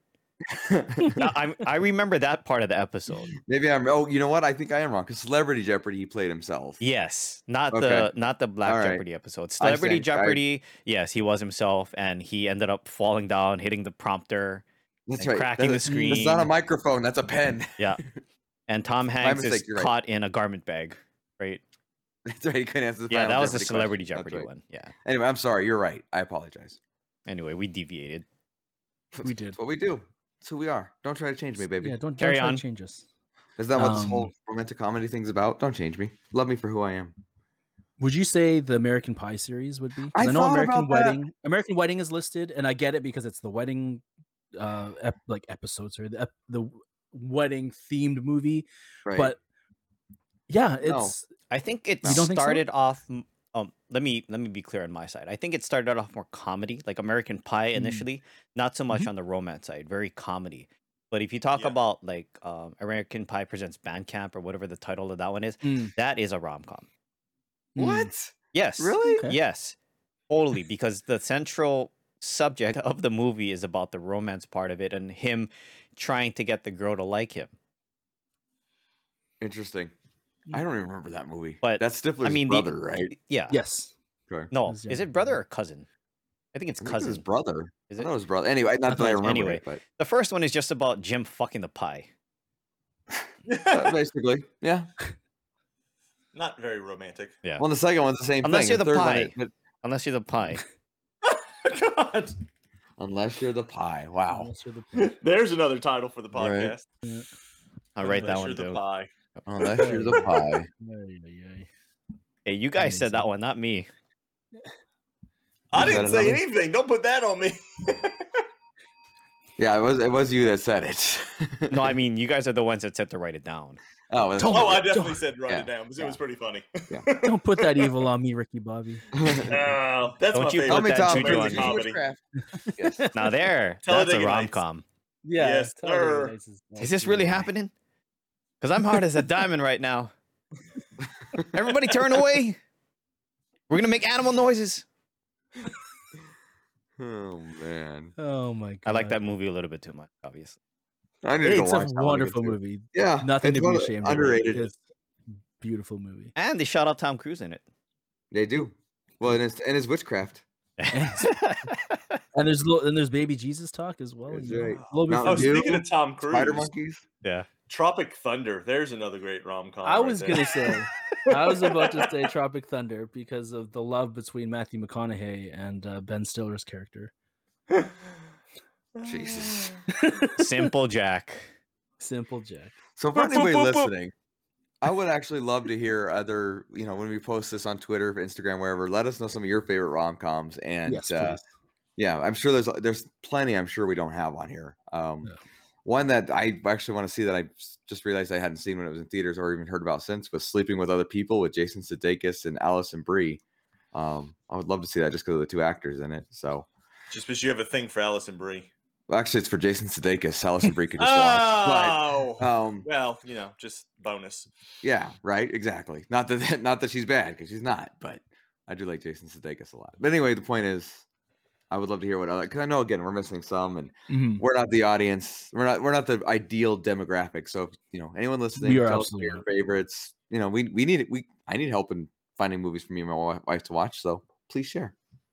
D: Now, I'm, I remember that part of the episode.
A: Maybe I'm. Oh, you know what? I think I am wrong. Because Celebrity Jeopardy, he played himself.
D: Yes, not
A: Okay.
D: the not the Black
A: All right.
D: Jeopardy episode. Celebrity
A: stand- I-
D: Jeopardy. Yes, he was himself, and he ended up falling down, hitting the prompter,
A: that's
D: and
A: right.
D: cracking
A: that's,
D: the
B: a-
D: screen.
A: that's not a microphone. That's a pen.
D: and Tom Hanks
A: mistake,
D: is
A: you're right.
D: caught in a garment bag. Right?
A: That's right. He couldn't answer the
D: Yeah,
A: final
D: that was the
A: Jeopardy question.
D: Celebrity
A: That's
D: Jeopardy
A: right.
D: one. Yeah.
A: Anyway, I'm sorry. You're right. I apologize.
D: Anyway, we deviated.
B: We did.
A: That's what we do. That's who we are. Don't try to change me, baby.
B: Yeah, don't,
D: Carry
B: don't try to
D: on.
B: change us.
A: Is that what this whole
B: Um,
A: romantic comedy thing's about? Don't change me. Love me for who I am.
B: Would you say the American Pie series would be? 'Cause
A: I
B: know
A: thought
B: American
A: about that.
B: Wedding. American Wedding is listed, and I get it because it's the wedding, uh, ep- like episodes or the ep- the w- wedding themed movie.
A: Right.
B: But yeah, it's
D: I think it
B: You don't think so?
D: started off. m- Um, let me let me be clear on my side. I think it started off more comedy, like American Pie
B: Mm.
D: initially, not so much
B: Mhm.
D: on the romance side, very comedy. But if you talk
C: Yeah.
D: about like um, American Pie presents Bandcamp or whatever the title of that one is,
B: Mm,
D: that is a rom com.
B: mm.
A: what?
D: Yes,
A: Really?
B: Okay.
D: yes, totally. Because the central subject of the movie is about the romance part of it and him trying to get the girl to like him.
A: Interesting. I don't even remember that movie.
D: But,
A: that's Stifler's
D: I mean, the-
A: brother, right?
D: Yeah.
B: Yes,
A: Okay.
D: No,
B: His
D: is
B: younger
D: it brother
B: brother.
D: or cousin? I think it's
A: I think it's
D: cousin.
A: his brother.
D: Is
A: I
D: it?
A: know his brother. Anyway,
B: I
A: not that
B: thought
A: I
B: it was-
A: remember.
D: anyway.
A: it, but-
D: The first one is just about Jim fucking the pie.
C: Uh,
A: but basically, yeah.
C: Not very romantic.
D: Yeah.
A: Well, the second one's the same
D: Unless
A: thing.
D: you're the
A: third one,
D: pie.
A: it- it-
D: Unless you're the pie.
C: God,
A: unless you're the pie. Wow.
B: Unless you're the pie.
C: there's another title for the
A: Right.
C: podcast.
D: I'll write
C: Unless
D: that one
C: you're the
D: down.
C: pie.
D: Mm-hmm.
A: Unless you're the pie.
B: Ay, ay, ay.
D: Hey, you guys
B: makes
D: said
B: sense.
D: that one, not me.
C: I
A: Is that
C: didn't say
A: another-
C: anything. Don't put that on me.
A: Yeah, it was it was you that said it.
D: No, I mean you guys are the ones that said to write it down.
A: oh, that's
B: Don't-
C: Oh, I
A: right.
C: definitely said write
A: Yeah,
C: it down because
A: yeah.
C: it was pretty funny.
B: Don't put that evil on me, Ricky Bobby.
C: Uh, that's
D: Don't
C: my
D: you put
A: Tell
C: favorite.
A: me,
D: that
A: Tom,
D: juju
A: Cruise
D: on
A: is
D: me.
A: comedy. Yes.
D: Now there, that's a
C: Talladega
D: rom
C: Nights.
D: com.
B: Yeah,
C: Yes,
B: Talladega
C: sir.
B: Nights
D: Is this
B: absolutely-
D: really happening? Because I'm hard as a diamond right now. Everybody turn away. We're going to make animal noises.
A: Oh man,
B: Oh my god.
D: I like that movie a little bit too much, obviously.
A: I need to
B: It's
A: watch
B: a
A: that one
B: wonderful
A: again, too.
B: movie.
A: Yeah,
B: Nothing
A: it's
B: to
A: one
B: be
A: of the
B: ashamed
A: Underrated.
B: of. It's a beautiful movie.
D: And they shot out Tom Cruise in it.
A: They do. Well, and it's and it's witchcraft.
B: And there's lo- and there's baby Jesus talk as well.
A: That's
B: you know.
A: right.
B: Little bit
A: Mountain
C: Oh,
B: fun.
A: Dew,
C: speaking of Tom Cruise,
A: Spider monkeys.
D: yeah.
C: Tropic Thunder. There's another great rom com.
B: I was gonna say I was about to say Tropic Thunder because of the love between Matthew McConaughey and uh, Ben Stiller's character.
A: Jesus.
D: Simple Jack.
B: Simple Jack.
A: So for
C: Boop, boop,
A: anybody
C: boop, boop.
A: listening, I would actually love to hear other, you know, when we post this on Twitter, Instagram, wherever, let us know some of your favorite rom coms. And
B: yes,
A: uh,
B: please.
A: yeah, I'm sure there's there's plenty I'm sure we don't have on here. Um,
B: Yeah.
A: One that I actually want to see that I s- just realized I hadn't seen when it was in theaters or even heard about since was Sleeping with Other People with Jason Sudeikis and Allison Brie. Um, I would love to see that just because of the two actors in it. So
C: Just because you have a thing for Allison Brie.
A: well, actually, it's for Jason Sudeikis. Allison Brie could just watch.
C: Oh,
A: But, um,
C: well, you know, just bonus.
A: Yeah, right. Exactly. Not that not that she's bad because she's not, but I do like Jason Sudeikis a lot. But anyway, the point is, I would love to hear what other because I know again we're missing some, and
B: Mhm.
A: we're not the audience. We're not we're not the ideal demographic. So if, you know anyone listening, tell
B: are
A: us what
B: absolutely
A: your
B: not.
A: favorites. You know, we we need we I need help in finding movies for me and my wi- wife to watch. So please share.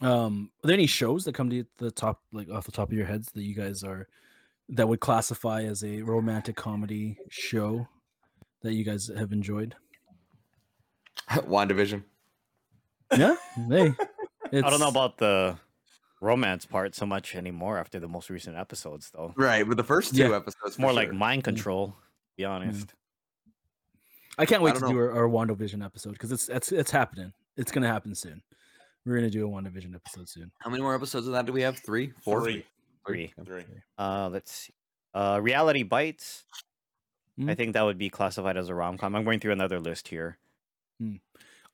B: Um, are there any shows that come to you at the top, like off the top of your heads, that you guys are that would classify as a romantic comedy show that you guys have enjoyed?
A: Wandavision.
B: Yeah, hey,
D: I don't know
B: it's-
D: about the romance part so much anymore after the most recent episodes, though.
A: Right, but the first two
B: Yeah.
A: episodes
D: It's
A: for
D: more like
A: sure. Mm-hmm.
D: mind control, to be honest.
B: I can't wait
A: I
B: to
A: don't
B: do
A: know.
B: our, our WandaVision episode because it's it's it's happening. It's gonna happen soon. We're gonna do a WandaVision episode soon.
A: how many more episodes of that do we have? Three, four,
C: Three.
D: Three.
A: Okay.
C: Three.
D: Uh, let's see. Uh, Reality Bites. I
A: Mm-hmm.
B: Mhm.
D: think that would be classified as a rom com. I'm going through another list here.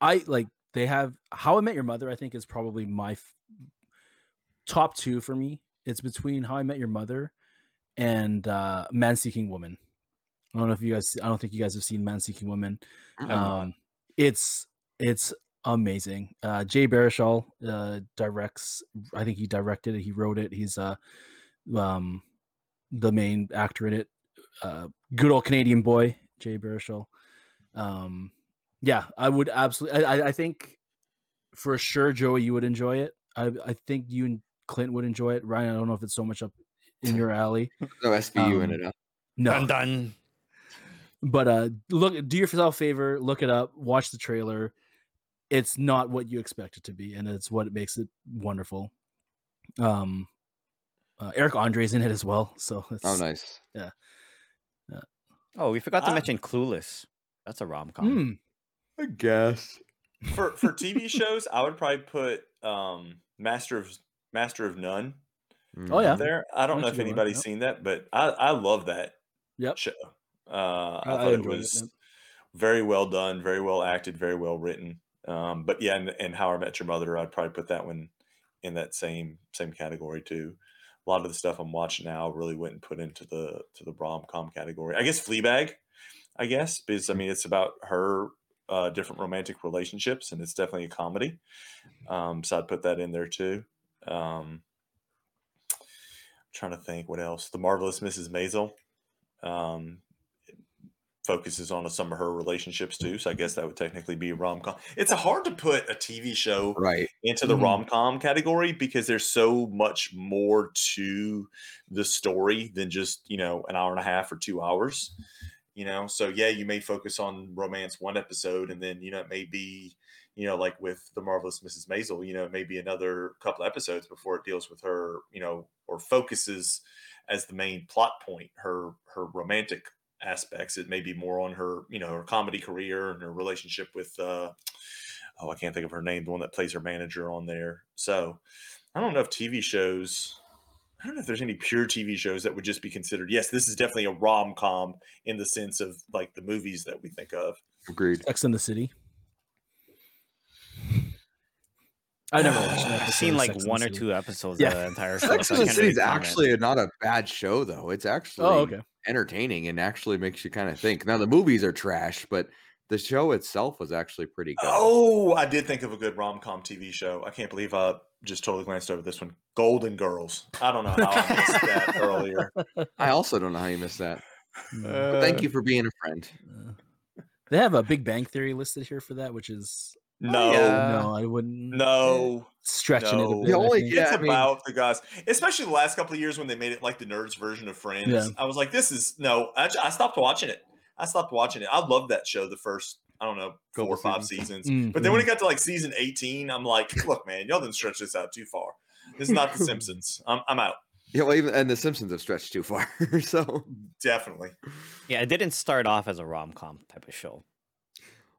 B: I like they have How I Met Your Mother. I think is probably my f- top two for me. It's between How I Met Your Mother and uh, Man Seeking Woman. I don't know if you guys. I don't think you guys have seen Man Seeking Woman. Um, it's it's amazing. Uh, Jay Baruchel uh, directs. I think he directed it. He wrote it. He's uh, um, the main actor in it. Uh, good old Canadian boy, Jay Baruchel. Um, yeah, I would absolutely. I, I- I think for sure, Joey, you would enjoy it. I, I think you and Clint would enjoy it. Ryan, I don't know if it's so much up in your alley.
A: No SVU in
B: Um,
A: it. huh?
B: No,
D: Dun dun.
B: but uh look do yourself a favor look it up watch the trailer it's not what you expect it to be and it's what makes it wonderful um uh, eric andre's in it as well so it's
A: Oh, nice.
D: Oh, we forgot to
C: Ah.
D: mention Clueless. That's a rom com.
B: Mm,
A: I guess.
C: For for TV shows, I would probably put um Master of Master of None
B: Oh, yeah.
C: there. I don't
B: That's
C: know
B: a
C: if
B: good one,
C: anybody's
B: yep.
C: seen that, but I I love that
B: yep
C: show. Uh, I,
B: I- I
C: thought it
B: enjoyed it,
C: was
B: yep.
C: very well done, very well acted, very well written. Um, but yeah, and, and How I Met Your Mother, I'd probably put that one in that same same category too. A lot of the stuff I'm watching now really wouldn't put into the to the rom com category. I guess Fleabag, I guess, because I
B: Mm-hmm.
C: mean it's about her uh, different romantic relationships, and it's definitely a comedy. Um, so I'd put that in there too. Um, trying to think what else. The marvelous Mrs. Maisel. Um, focuses on some of her relationships too. So I guess that would technically be rom com. It's hard to put a TV show
A: Right.
C: into the
B: Mhm.
C: rom com category because there's so much more to the story than just, you know, an hour and a half or two hours. You know, so yeah, you may focus on romance one episode and then, you know, it may be, you know, like with the marvelous Mrs. Maisel, you know, it may be another couple episodes before it deals with her, you know, or focuses as the main plot point, her her romantic aspects. It may be more on her, you know, her comedy career and her relationship with uh oh, I can't think of her name, the one that plays her manager on there. So I don't know if TV shows I don't know if there's any pure TV shows that would just be considered. Yes, this is definitely a rom com in the sense of like the movies that we think of.
A: Agreed.
B: sex in the city i never watched an
D: I've
B: episode
D: seen
B: of
D: like
B: Sex and the
D: one or
B: City.
D: two episodes
B: Yeah.
D: of the entire show.
A: Sex
D: so I
A: and the
D: can't
A: City
D: really
A: is
D: comment.
A: actually not a bad show, though. It's actually
B: oh okay
A: entertaining and actually makes you kind of think. Now the movies are trash, but the show itself was actually pretty good.
C: Oh, I did think of a good rom com TV show. I can't believe I just totally glanced over this one. Golden Girls. I don't know how I missed that earlier.
A: I also don't know how you missed that.
D: Uh,
B: Mm,
A: But thank you for being a friend.
B: uh, they have a Big Bang Theory listed here for that, which is oh,
C: No,
E: yeah.
B: no, I wouldn't
C: no.
B: stretching it. A
C: no.
B: bit,
A: The
B: I
A: only-
B: think.
A: Yeah,
C: it's
A: I mean-
C: about the guys, especially the last couple of years when they made it like the nerds version of Friends.
B: Yeah.
C: I was like, this is no. I, I stopped watching it. I stopped watching it. I loved that show the first I don't know four
A: Couple Mm-hmm.
C: or five seasons.
B: Mm,
C: But then when it got to like season 18, I'm like, look, man, y'all didn't stretch this out too far. This is not The Simpsons. I'm, I'm out.
A: Yeah, well, even and the Simpsons have stretched too far. so
C: Definitely.
D: Yeah, it didn't start off as a rom com type of show.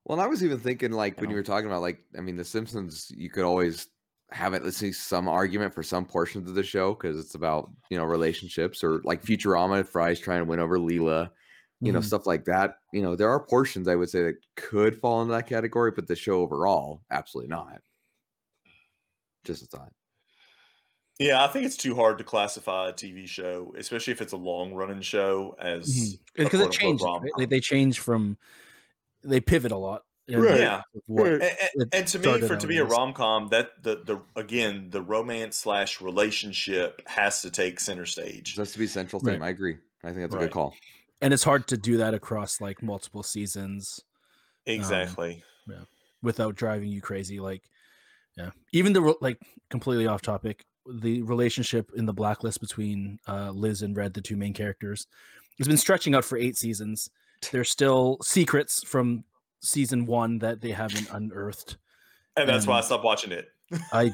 A: Well, and I was even thinking, like,
D: You
A: when you
D: know?
A: were talking about, like, I mean, The Simpsons, you could always have it, let's see, some argument for some portions of the show because it's about, you know, relationships or like Futurama, Fry's trying to win over Leela, you
D: Mm-hmm.
A: know,
B: Mhm.
A: stuff like that. You know, there are portions I would say that could fall into that category, but the show overall, absolutely not. Just a thought.
C: Yeah, I think it's too hard to classify a TV show, especially if it's a long running show, as
A: Mm-hmm.
C: a
B: because it
C: quote-unquote
B: changed. right?
C: rom-com.
B: They, they change from they pivot a lot. in
C: Right.
B: the-
C: Yeah.
B: with what-
C: and, and-
B: it
C: and to me
B: started
C: for
B: out
C: to be a
B: as-
C: rom-com that the, the again the romance slash relationship has to take center stage
D: um,
A: Just to be central
B: Right.
A: theme. I agree. I think that's a
C: Right.
A: good call.
B: and it's hard to do that across like multiple seasons
C: exactly
B: without driving you crazy. Like, yeah, even the re- like completely off topic. The relationship in the blacklist between uh, Liz and Red, the two main characters, has been stretching out for eight seasons. There's still secrets from season one that they haven't unearthed.
C: and that's why i
B: and-
C: stopped watching it
B: I,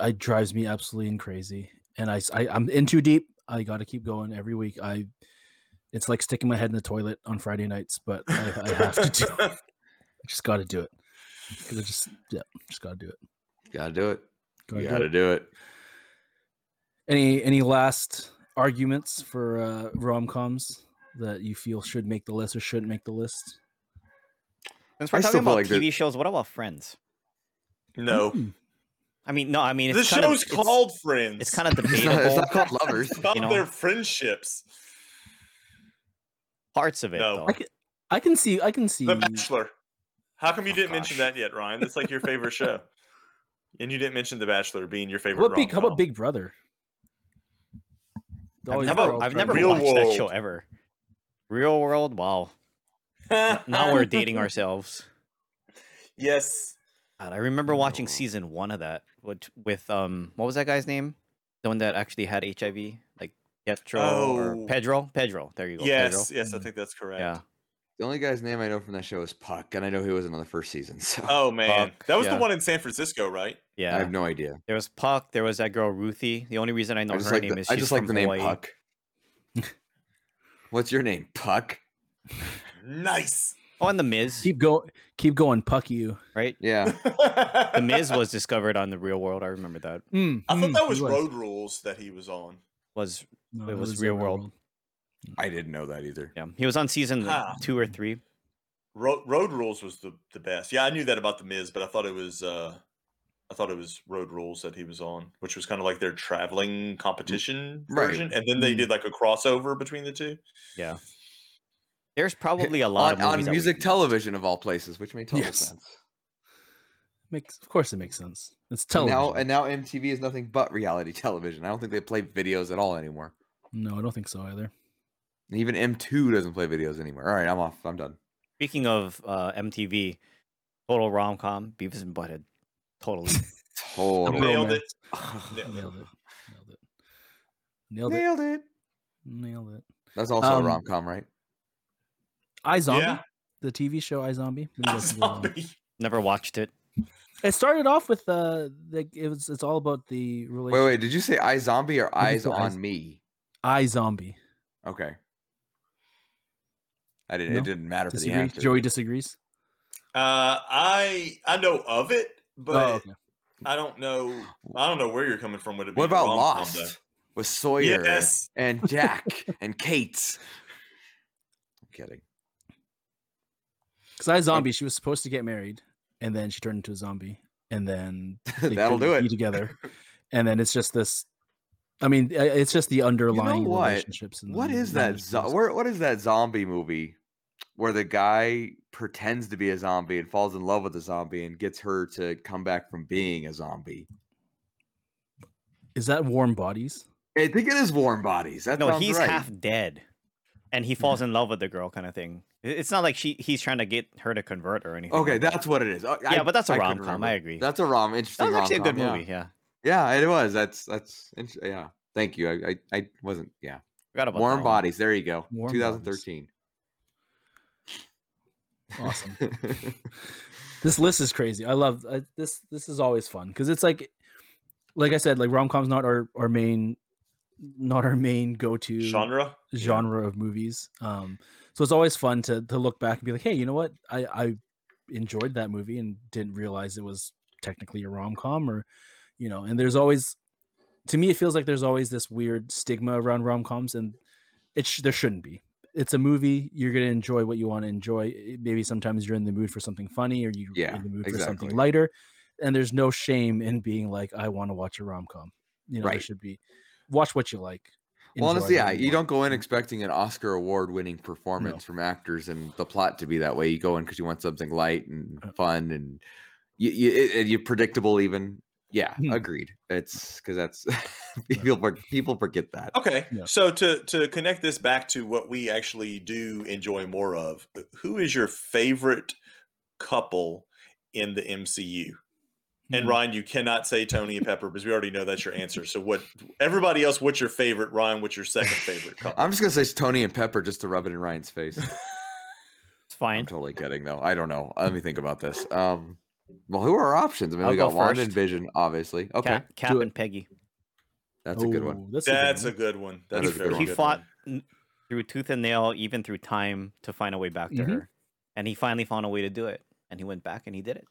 B: I it drives me absolutely in crazy, and I, s- I am in too deep. I got to keep going every week. I, it's like sticking my head in the toilet on Friday nights, but I, I have to do. it. I just got to do it. 'Cause I just yeah, just got to do it.
A: Gotta do it.
B: Gotta
A: you
B: do it.
A: gotta do it.
B: Any any last arguments for uh, rom coms that you feel should make the list or shouldn't make the list?
D: Since we're
A: I
D: talking
A: still feel
D: about
A: like there-
D: TV shows, what about Friends?
C: no
B: Mm.
D: I mean, no, I mean it's
C: the
D: kind of-
C: show's
D: it's-
C: called friends
D: It's, kind of
A: It's
D: debatable.
A: not, it's not called lovers.
C: It's about
D: you know.
C: their friendships
D: Parts of it,
C: No.
D: though.
B: I can I can see I can see
C: the bachelor how come you
D: Mm. Oh,
C: didn't mention
D: gosh.
C: that yet ryan that's like your favorite show and you didn't mention the bachelor being your favorite
B: what big how
C: rom-com.
B: about Big Brother?
D: I've
B: Always
D: never,
B: Brother
D: I've
B: trying
D: never
B: to-
C: Real
D: watched that show
C: World.
D: ever. Real World, wow. N- now we're dating ourselves.
C: yes
D: God, I remember watching
A: No.
D: season one of that with, with um, what was that guy's name? The one that actually had HIV, like Pietro
C: Oh.
D: or Pedro. Pedro, there you go. Pedro.
C: yes yes i think that's correct
D: Yeah.
A: The only guy's name I know from that show is Puck, and I know he was in on the first season. So
C: oh man
D: Fuck,
C: that was
D: yeah.
C: the one in san francisco right
A: I
D: Yeah.
A: have no idea.
D: There was Puck. There was that girl Ruthie. The only reason I know
A: I
D: her
A: just like
D: name
A: the,
D: is
A: I
D: she's
A: just like
D: from
A: the name
D: Hawaii.
A: Puck. What's your name, Puck?
C: nice
D: Oh, and the Miz,
B: keep going keep going puck you.
D: right?
A: Yeah,
D: The Miz was discovered on the Real World. I remember that
B: Mm,
C: I thought
B: mm,
C: that
B: he
C: was Road Rules that he was on.
D: was
B: No,
D: it
B: that
D: was
B: the
D: Real World.
A: I didn't know that either.
D: yeah. He was on season like,
C: Ah.
D: two or three.
C: Ro- Road Rules was the, the best. Yeah, I knew that about the Miz, but I thought it was uh, I thought it was Road Rules that he was on, which was kind of like their traveling competition
A: Right.
C: version. And then they
B: Mm.
C: did like a crossover between the two.
D: There's probably a lot
A: on,
D: of movies
A: on
D: that we
A: music
D: haven't
A: television of all places, which made total
B: Yes.
A: sense.
B: Makes of course it makes sense. It's
A: And
B: television.
A: Now and now MTV is nothing but reality television. I don't think they play videos at all anymore.
B: no, I don't think so either.
A: Even M2 doesn't play videos anymore. All right, I'm off. I'm done.
D: Speaking of uh, MTV, total rom com, Beavis and Butthead, totally.
A: Totally
C: Nailed it.
B: Romance.
C: Nailed it.
B: Nailed it. Nailed it. Nailed it.
A: nailed it.
B: Nailed it.
A: That's also
B: Um,
A: a rom com, right?
B: I Zombie,
C: Yeah.
B: the TV show I Zombie.
C: Zombie.
D: Never watched it.
B: It started off with uh, the, it was it's all about the
A: Wait,
B: relationship.
A: wait. Did you say I Zombie or
B: I
A: Eyes
B: just said Eyes-
A: on Me?
B: I Zombie.
A: Okay. I didn't.
B: No?
A: It didn't matter for the
B: Disagree.
A: answer.
B: Joey disagrees.
C: Uh, I I know of it, but
B: oh, okay.
C: I don't know. I don't know where you're coming from with it.
A: What
C: being a
A: about
C: rom-com, though.
A: Lost with Sawyer
C: Yes.
A: and Jack and Kate? I'm kidding.
B: Because I Zombie, she was supposed to get married, and then she turned into a zombie, and then they
A: That'll
B: couldn't
A: do
B: be
A: it.
B: together. And then it's just this I mean, I- it's just the underlying
A: what?
B: relationships. In the
A: What
B: movie
A: is
B: that
A: that?
B: just
A: Zo-
B: goes-
A: where, what is that zombie movie where the guy pretends to be a zombie and falls in love with a zombie and gets her to come back from being a zombie?
B: Is that warm bodies?
A: I think it is Warm Bodies. That
D: no,
A: sounds
D: he's
A: right.
D: half dead, and he falls in love with the girl, kind of thing. I- It's not like she he's trying to get her to convert or anything.
A: Okay,
D: like that.
A: that's what it is. Oh,
D: yeah,
A: I-
D: but that's a
A: I couldn't
D: rom com. I
A: remember.
D: agree.
A: That's a rom. Interesting.
D: that was actually a good
A: rom-com, yeah.
D: movie. Yeah,
A: Yeah, it was. That's that's int- yeah. Thank you. I I, I wasn't. Yeah,
D: forgot about
A: Warm
D: that one.
A: Bodies. There you go.
B: Warm Bodies.
A: 2013.
B: Awesome. this list is crazy. I love I, this. This is always fun because it's like, like I said, like rom coms not our our main, not our main go to
C: Genre.
B: genre of movies. Um, so it's always fun to to look back and be like, hey, you know what? I I enjoyed that movie and didn't realize it was technically a rom com or, you know. And there's always, to me, it feels like there's always this weird stigma around rom coms, and it sh- there shouldn't be. It's a movie. You're gonna enjoy what you want to enjoy. I- Maybe sometimes you're in the mood for something funny, or you're
A: Yeah,
B: in the mood for
A: exactly.
B: something lighter. And there's no shame in being like, I want to watch a rom com. You know, there
A: Right.
B: should be watch what you like.
A: Well,
B: enjoy
A: honestly, yeah,
B: what
A: you
B: want.
A: don't go in expecting an Oscar award winning performance from actors and the plot to be that way. You go in because you want something light and
B: Uh.
A: fun and you, you, it- and you predictable even. Yeah,
B: Hmm.
A: agreed. It's because that's people for- people forget that.
B: Oh,
C: Okay.
B: Yeah.
C: So to to connect this back to what we actually do enjoy more of, who is your favorite couple in the MCU? And
B: Hmm.
C: Ryan, you cannot say Tony and Pepper because we already know that's your answer. So what everybody else, what's your favorite? Ryan, what's your second favorite couple?
A: I'm just gonna say it's Tony and Pepper just to rub it in Ryan's face.
D: It's fine.
A: I'm totally kidding though. I don't know. Let me think about this. Um, well, who are our options? I mean,
D: I'll
A: we
D: go
A: got Wanda and
D: first.
A: Vision, obviously. Okay,
D: Cap, Cap
B: do it.
D: and Peggy
A: that's a good one.
B: Oh, That's,
C: That's a good one.
A: That
C: That's
A: is a
C: a
A: good
C: very
A: one.
D: he
C: good
D: fought
C: one.
D: n- through tooth and nail, even through time, to find a way back to
A: Mm-hmm.
B: Mhm.
D: her, and he finally found a way to do it. And he went back and he did it.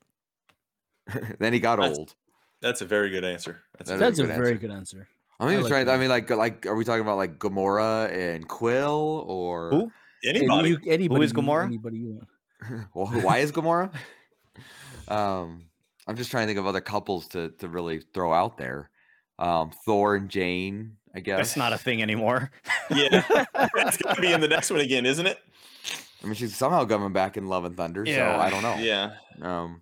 B: Oh.
A: then he got
C: That's-
A: old.
C: That's a very good answer. That's a
A: That
B: good
A: is
B: one. That's
A: a
B: a
A: good
B: very
A: answer.
B: good answer.
A: I mean,
B: I
A: I,
B: like
A: trying,
B: that.
A: I mean, like, like, are we talking about like Gamora and Quill, or
D: Who?
B: Any-
C: anybody.
B: you- anybody, you-
D: Gamora?
B: Anybody you want.
A: well, who- why is Gamora? um, I'm just trying to think of other couples to to really throw out there. Um, Thor and Jane, I guess.
D: That's not a thing anymore.
C: yeah. That's gonna be in the next one again, isn't it?
A: I mean, she's somehow coming back in Love and Thunder,
D: Yeah.
A: so I don't know.
C: Yeah.
A: Um,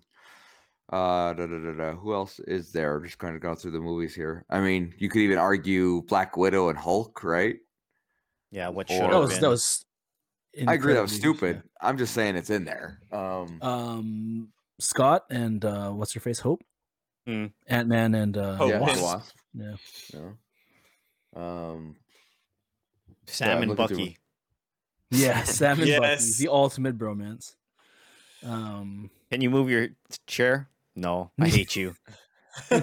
A: uh, da, da, da, da. who else is there? I'm just kind of going through the movies here. I mean, you could even argue Black Widow and Hulk, right?
D: Yeah, what
A: Or-
D: should
B: That
A: Sure,
D: have
B: was,
D: been?
B: that was
A: I agree that was
B: incredibly-
A: stupid. I'm just saying it's in there. Um,
D: Uh,
B: yeah. Um, Scott and uh, what's her face? Hope,
D: Mm.
B: Ant Man, and uh,
C: Oh,
A: yeah,
C: Wasp.
A: the Wasp.
B: Yeah.
A: Yeah. Um,
D: Sam and
A: look at the-
D: Bucky.
B: yeah, Sam and Bucky,
C: Yes.
B: the ultimate bromance. Um,
D: Can you move your t- chair? No, I hate you. No,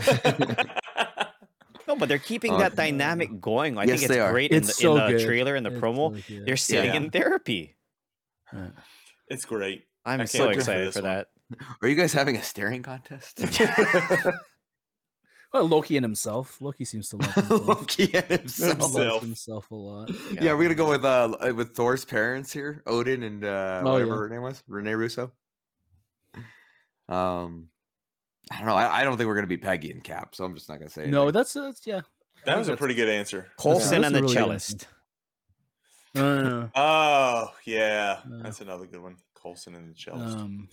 D: but they're keeping
A: Uh,
D: that dynamic going. I
A: yes,
D: think it's
A: they are.
D: great
B: It's
D: in
B: so
D: the, in the
B: good.
D: trailer and the
B: it's
D: promo.
B: really good.
D: They're sitting in therapy.
B: Right.
C: it's great.
D: I'm
C: can't
D: so
C: wait for
D: excited
C: this
D: for
C: one.
D: that.
A: are you guys having a staring contest?
B: Well, Loki and himself. Loki seems to love himself.
A: Loki and
B: He
A: himself.
B: loves
C: Himself.
B: himself a lot.
A: Yeah, we're gonna go with uh uh, with Thor's parents here, Odin and uh,
B: Oh, yeah.
A: whatever her name was, Rene Russo. Um, I don't know. I, I don't think we're gonna be Peggy and Cap, so I'm just not gonna say.
B: No,
A: anything.
B: that's, that's yeah.
C: That was a pretty good answer.
D: Colson
B: that's
D: and
B: a
D: the
B: really good
D: cellist.
B: No, no, no.
C: Oh yeah,
B: Uh,
C: that's another good one. Colson and the Chelsea.
B: um,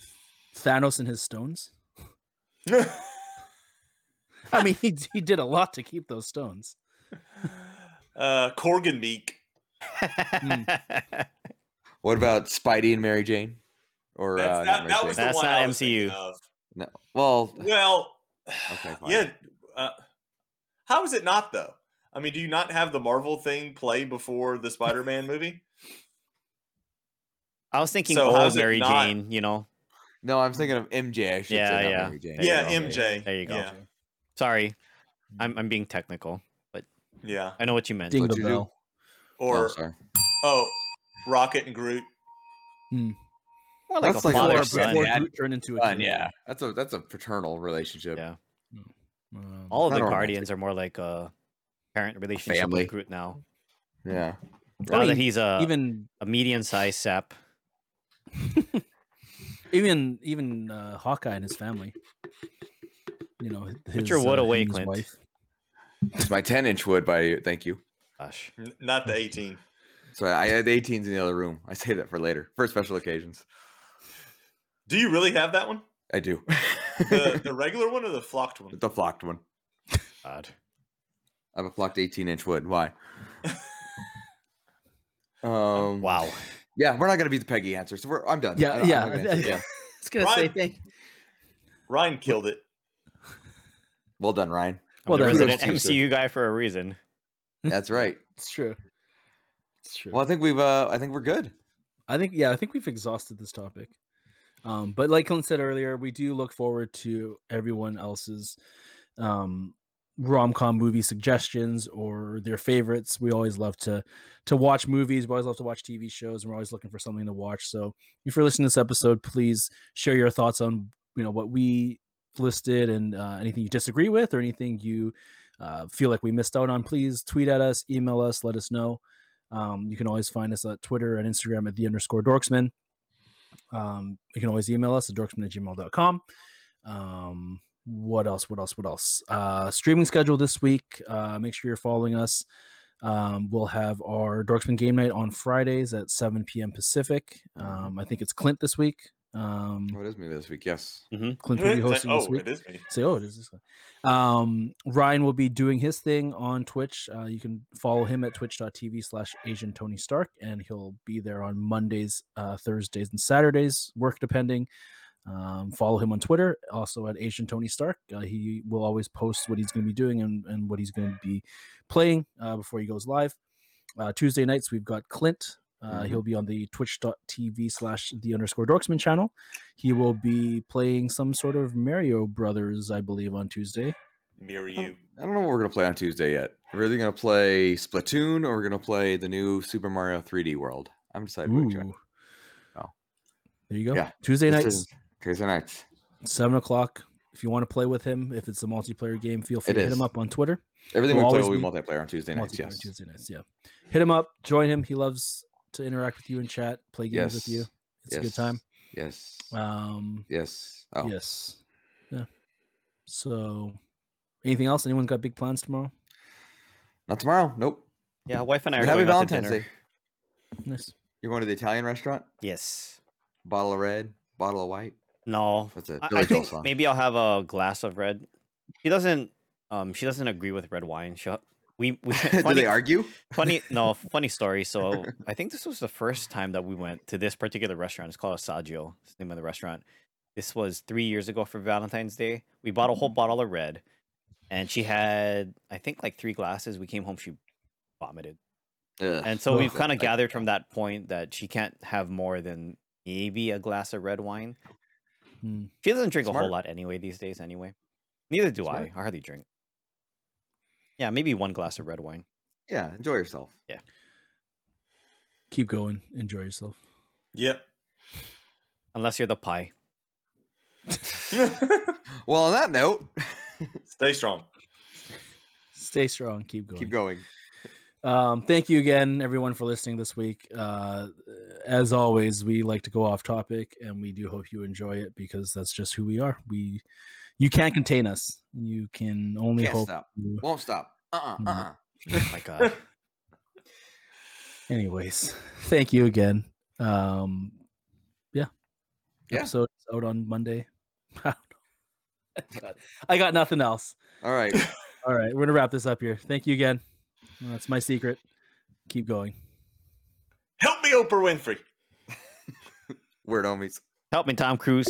B: Thanos and his stones.
D: Um,
B: I mean, he, he did a lot to keep those stones.
C: uh, Corgan Meek.
B: Mm.
A: What about Spidey and Mary Jane? Or
C: That's,
A: uh, not
C: that,
A: Mary
C: that
A: Jane.
C: was the
D: That's
C: one
D: not
C: I was thinking
D: MCU.
C: of.
A: no. Well,
C: Well,
A: Okay, fine.
C: yeah. Uh, how is it not though? I mean, do you not have the Marvel thing play before the Spider-Man movie?
D: I was thinking
C: So
D: old
C: how's it
D: Mary
C: not-
D: Jane, you know.
A: no, I'm thinking of MJ. I should
D: Yeah,
A: say, not
D: yeah.
A: Mary Jane. Oh,
D: There you
C: yeah,
D: go.
C: MJ.
D: There you go.
C: Yeah.
D: Sorry. I'm I'm being technical.
C: yeah.
D: I know what you meant.
B: Ding
A: what
B: the
A: you do.
B: bell.
A: Oh,
C: Or
A: sorry.
C: oh, Rocket and Groot.
D: More like
A: That's
D: a
A: like
D: father
A: Laura
D: son.
A: Brand. dad-
B: Groot turned into a
A: Fun,
B: turtle.
A: yeah, that's a that's a paternal relationship.
D: Yeah.
B: Um,
D: All of
A: Not
D: the
A: a
D: Guardians are more like a parent relationship
A: family.
D: with Groot now.
A: Yeah.
D: Now that
B: mean,
D: he's a
B: even
D: a medium sized sap.
B: even even uh, Hawkeye and his family. You know, his,
D: your wood
B: uh, him
D: away,
B: and his
D: Clint.
B: wife.
A: It's my 10 inch wood by you. Thank you.
D: Gosh.
C: N- Not the 18.
A: So I had 18s in the other room. I say that for later, for special occasions.
C: Do you really have that one?
A: I do.
C: The,
A: the,
C: the regular one or the flocked one?
A: flocked one.
D: God.
A: I have a flocked 18 inch wood. Why? Um,
D: Wow.
A: Yeah, we're not going to beat the Peggy answer. So we're, I'm done.
B: Yeah,
A: I don't- I'm
B: yeah,
A: not gonna answer it. yeah.
D: It's gonna
C: say Right.
D: thank.
C: Ryan killed it.
A: Well done, Ryan.
B: Well,
D: Well, the
B: that-
D: resident
A: kudos to you, sir.
D: MCU guy for a reason.
A: That's right.
B: It's true. It's true.
A: Well, I think we've, uh, I think we're good.
B: I think yeah, I think we've exhausted this topic. Um, but like Colin said earlier, we do look forward to everyone else's um, rom-com movie suggestions or their favorites. We always love to to watch movies. We always love to watch TV shows, and we're always looking for something to watch. So if you're listening to this episode, please share your thoughts on you know what we listed and uh, anything you disagree with or anything you uh, feel like we missed out on. Please tweet at us, email us, let us know. Um, you can always find us at Twitter and Instagram at the underscore dorksman. Um, you can always email us at dorksman at gmail.com. Um, what else? What else? What else? Uh, streaming schedule this week. Uh, make sure you're following us. Um, we'll have our Dorksman game night on Fridays at 7 p.m. Pacific. Um, I think it's Clint this week. Um,
A: What is movie this week? Yes.
B: Clint will be hosting
C: oh,
B: this week.
C: it is me.
B: Say, oh, it is this guy. Um, Ryan will be doing his thing on Twitch. Uh, you can follow him at twitch.tv slash Asian Tony Stark, and he'll be there on Mondays, uh, Thursdays, and Saturdays, work depending. Um, follow him on Twitter, also at Asian Tony Stark. Uh, he will always post what he's going to be doing and, and what he's going to be playing uh, before he goes live. Uh, Tuesday nights, we've got Clint. Uh,
A: Mhm.
B: He'll be on the twitch.tv slash the underscore dorksman channel. He will be playing some sort of Mario Brothers, I believe, on Tuesday.
C: Mirror
D: Oh.
C: you.
A: I don't know what we're gonna play on Tuesday yet. We're either gonna play Splatoon or we're gonna play the new Super Mario 3D World. I'm deciding which one.
B: Ooh.
A: Oh.
B: There you go.
A: Yeah,
B: Tuesday
A: This
B: nights,
A: is- Tuesday nights.
B: seven o'clock. If you want to play with him, if it's a multiplayer game, feel free
A: It
B: to hit him
A: is.
B: up on Twitter.
A: Everything
B: We'll
A: we play
B: always
A: will be
B: be
A: multiplayer on Tuesday nights.
B: Multiplayer
A: Yes.
B: Tuesday nights, yeah. Hit him up, join him. He loves to interact with you in chat, play
A: Yes.
B: games with you. It's a good time.
A: Yes.
B: Um,
A: yes. Oh.
B: Yes. Yeah. So, anything else? Anyone got big plans tomorrow?
A: Not tomorrow. Nope.
D: Yeah, wife and I are
A: But
D: going
A: Happy
D: out to
A: Valentine's
D: dinner.
A: Day.
B: Nice.
A: You're going to the Italian restaurant?
D: Yes.
A: Bottle of red, bottle of white.
D: No.
A: That's a
D: I,
A: Billy
D: I
A: Joel
D: think
A: song.
D: maybe I'll have a glass of red. She doesn't. Um, she doesn't agree with red wine. She we we
A: Do
D: funny,
A: they argue?
D: funny no funny story. So I think this was the first time that we went to this particular restaurant. It's called Asagio. It's the name of the restaurant. This was three years ago for Valentine's Day. We bought a
A: Mm-hmm.
D: whole bottle of red, and she had I think like three glasses. We came home, she vomited.
A: Ugh.
D: And so we've
A: Ugh.
D: kind of
A: Like,
D: gathered from that point that she can't have more than maybe a glass of red wine.
B: Hmm.
D: She doesn't drink a whole
A: Smart.
D: lot anyway these days, anyway. Neither do I.
A: Smart.
D: I hardly drink. Yeah, maybe one glass of red wine.
A: Yeah. Enjoy yourself.
B: Keep going. Enjoy yourself.
C: Yep.
D: Unless you're the pie.
A: Well, on that note,
C: Stay strong.
B: Stay strong. Keep going.
A: keep going.
B: Um, thank you again, everyone, for listening this week. Uh, as always, we like to go off topic, and we do hope you enjoy it because that's just who we are. We, you can't contain us. You can only
A: Can't
B: hope.
A: stop.
B: you-
A: Won't stop. Uh
B: Mhm.
A: uh. Uh uh.
D: Oh my god.
B: Anyways, thank you again. Um, yeah,
A: Yeah.
B: Episode is out on Monday. I don't know. I got- I got nothing else.
A: All right.
B: All right, we're gonna wrap this up here. Thank you again. That's my secret. Keep going.
C: Help me, Oprah Winfrey.
A: Weird homies.
D: Help me, Tom Cruise.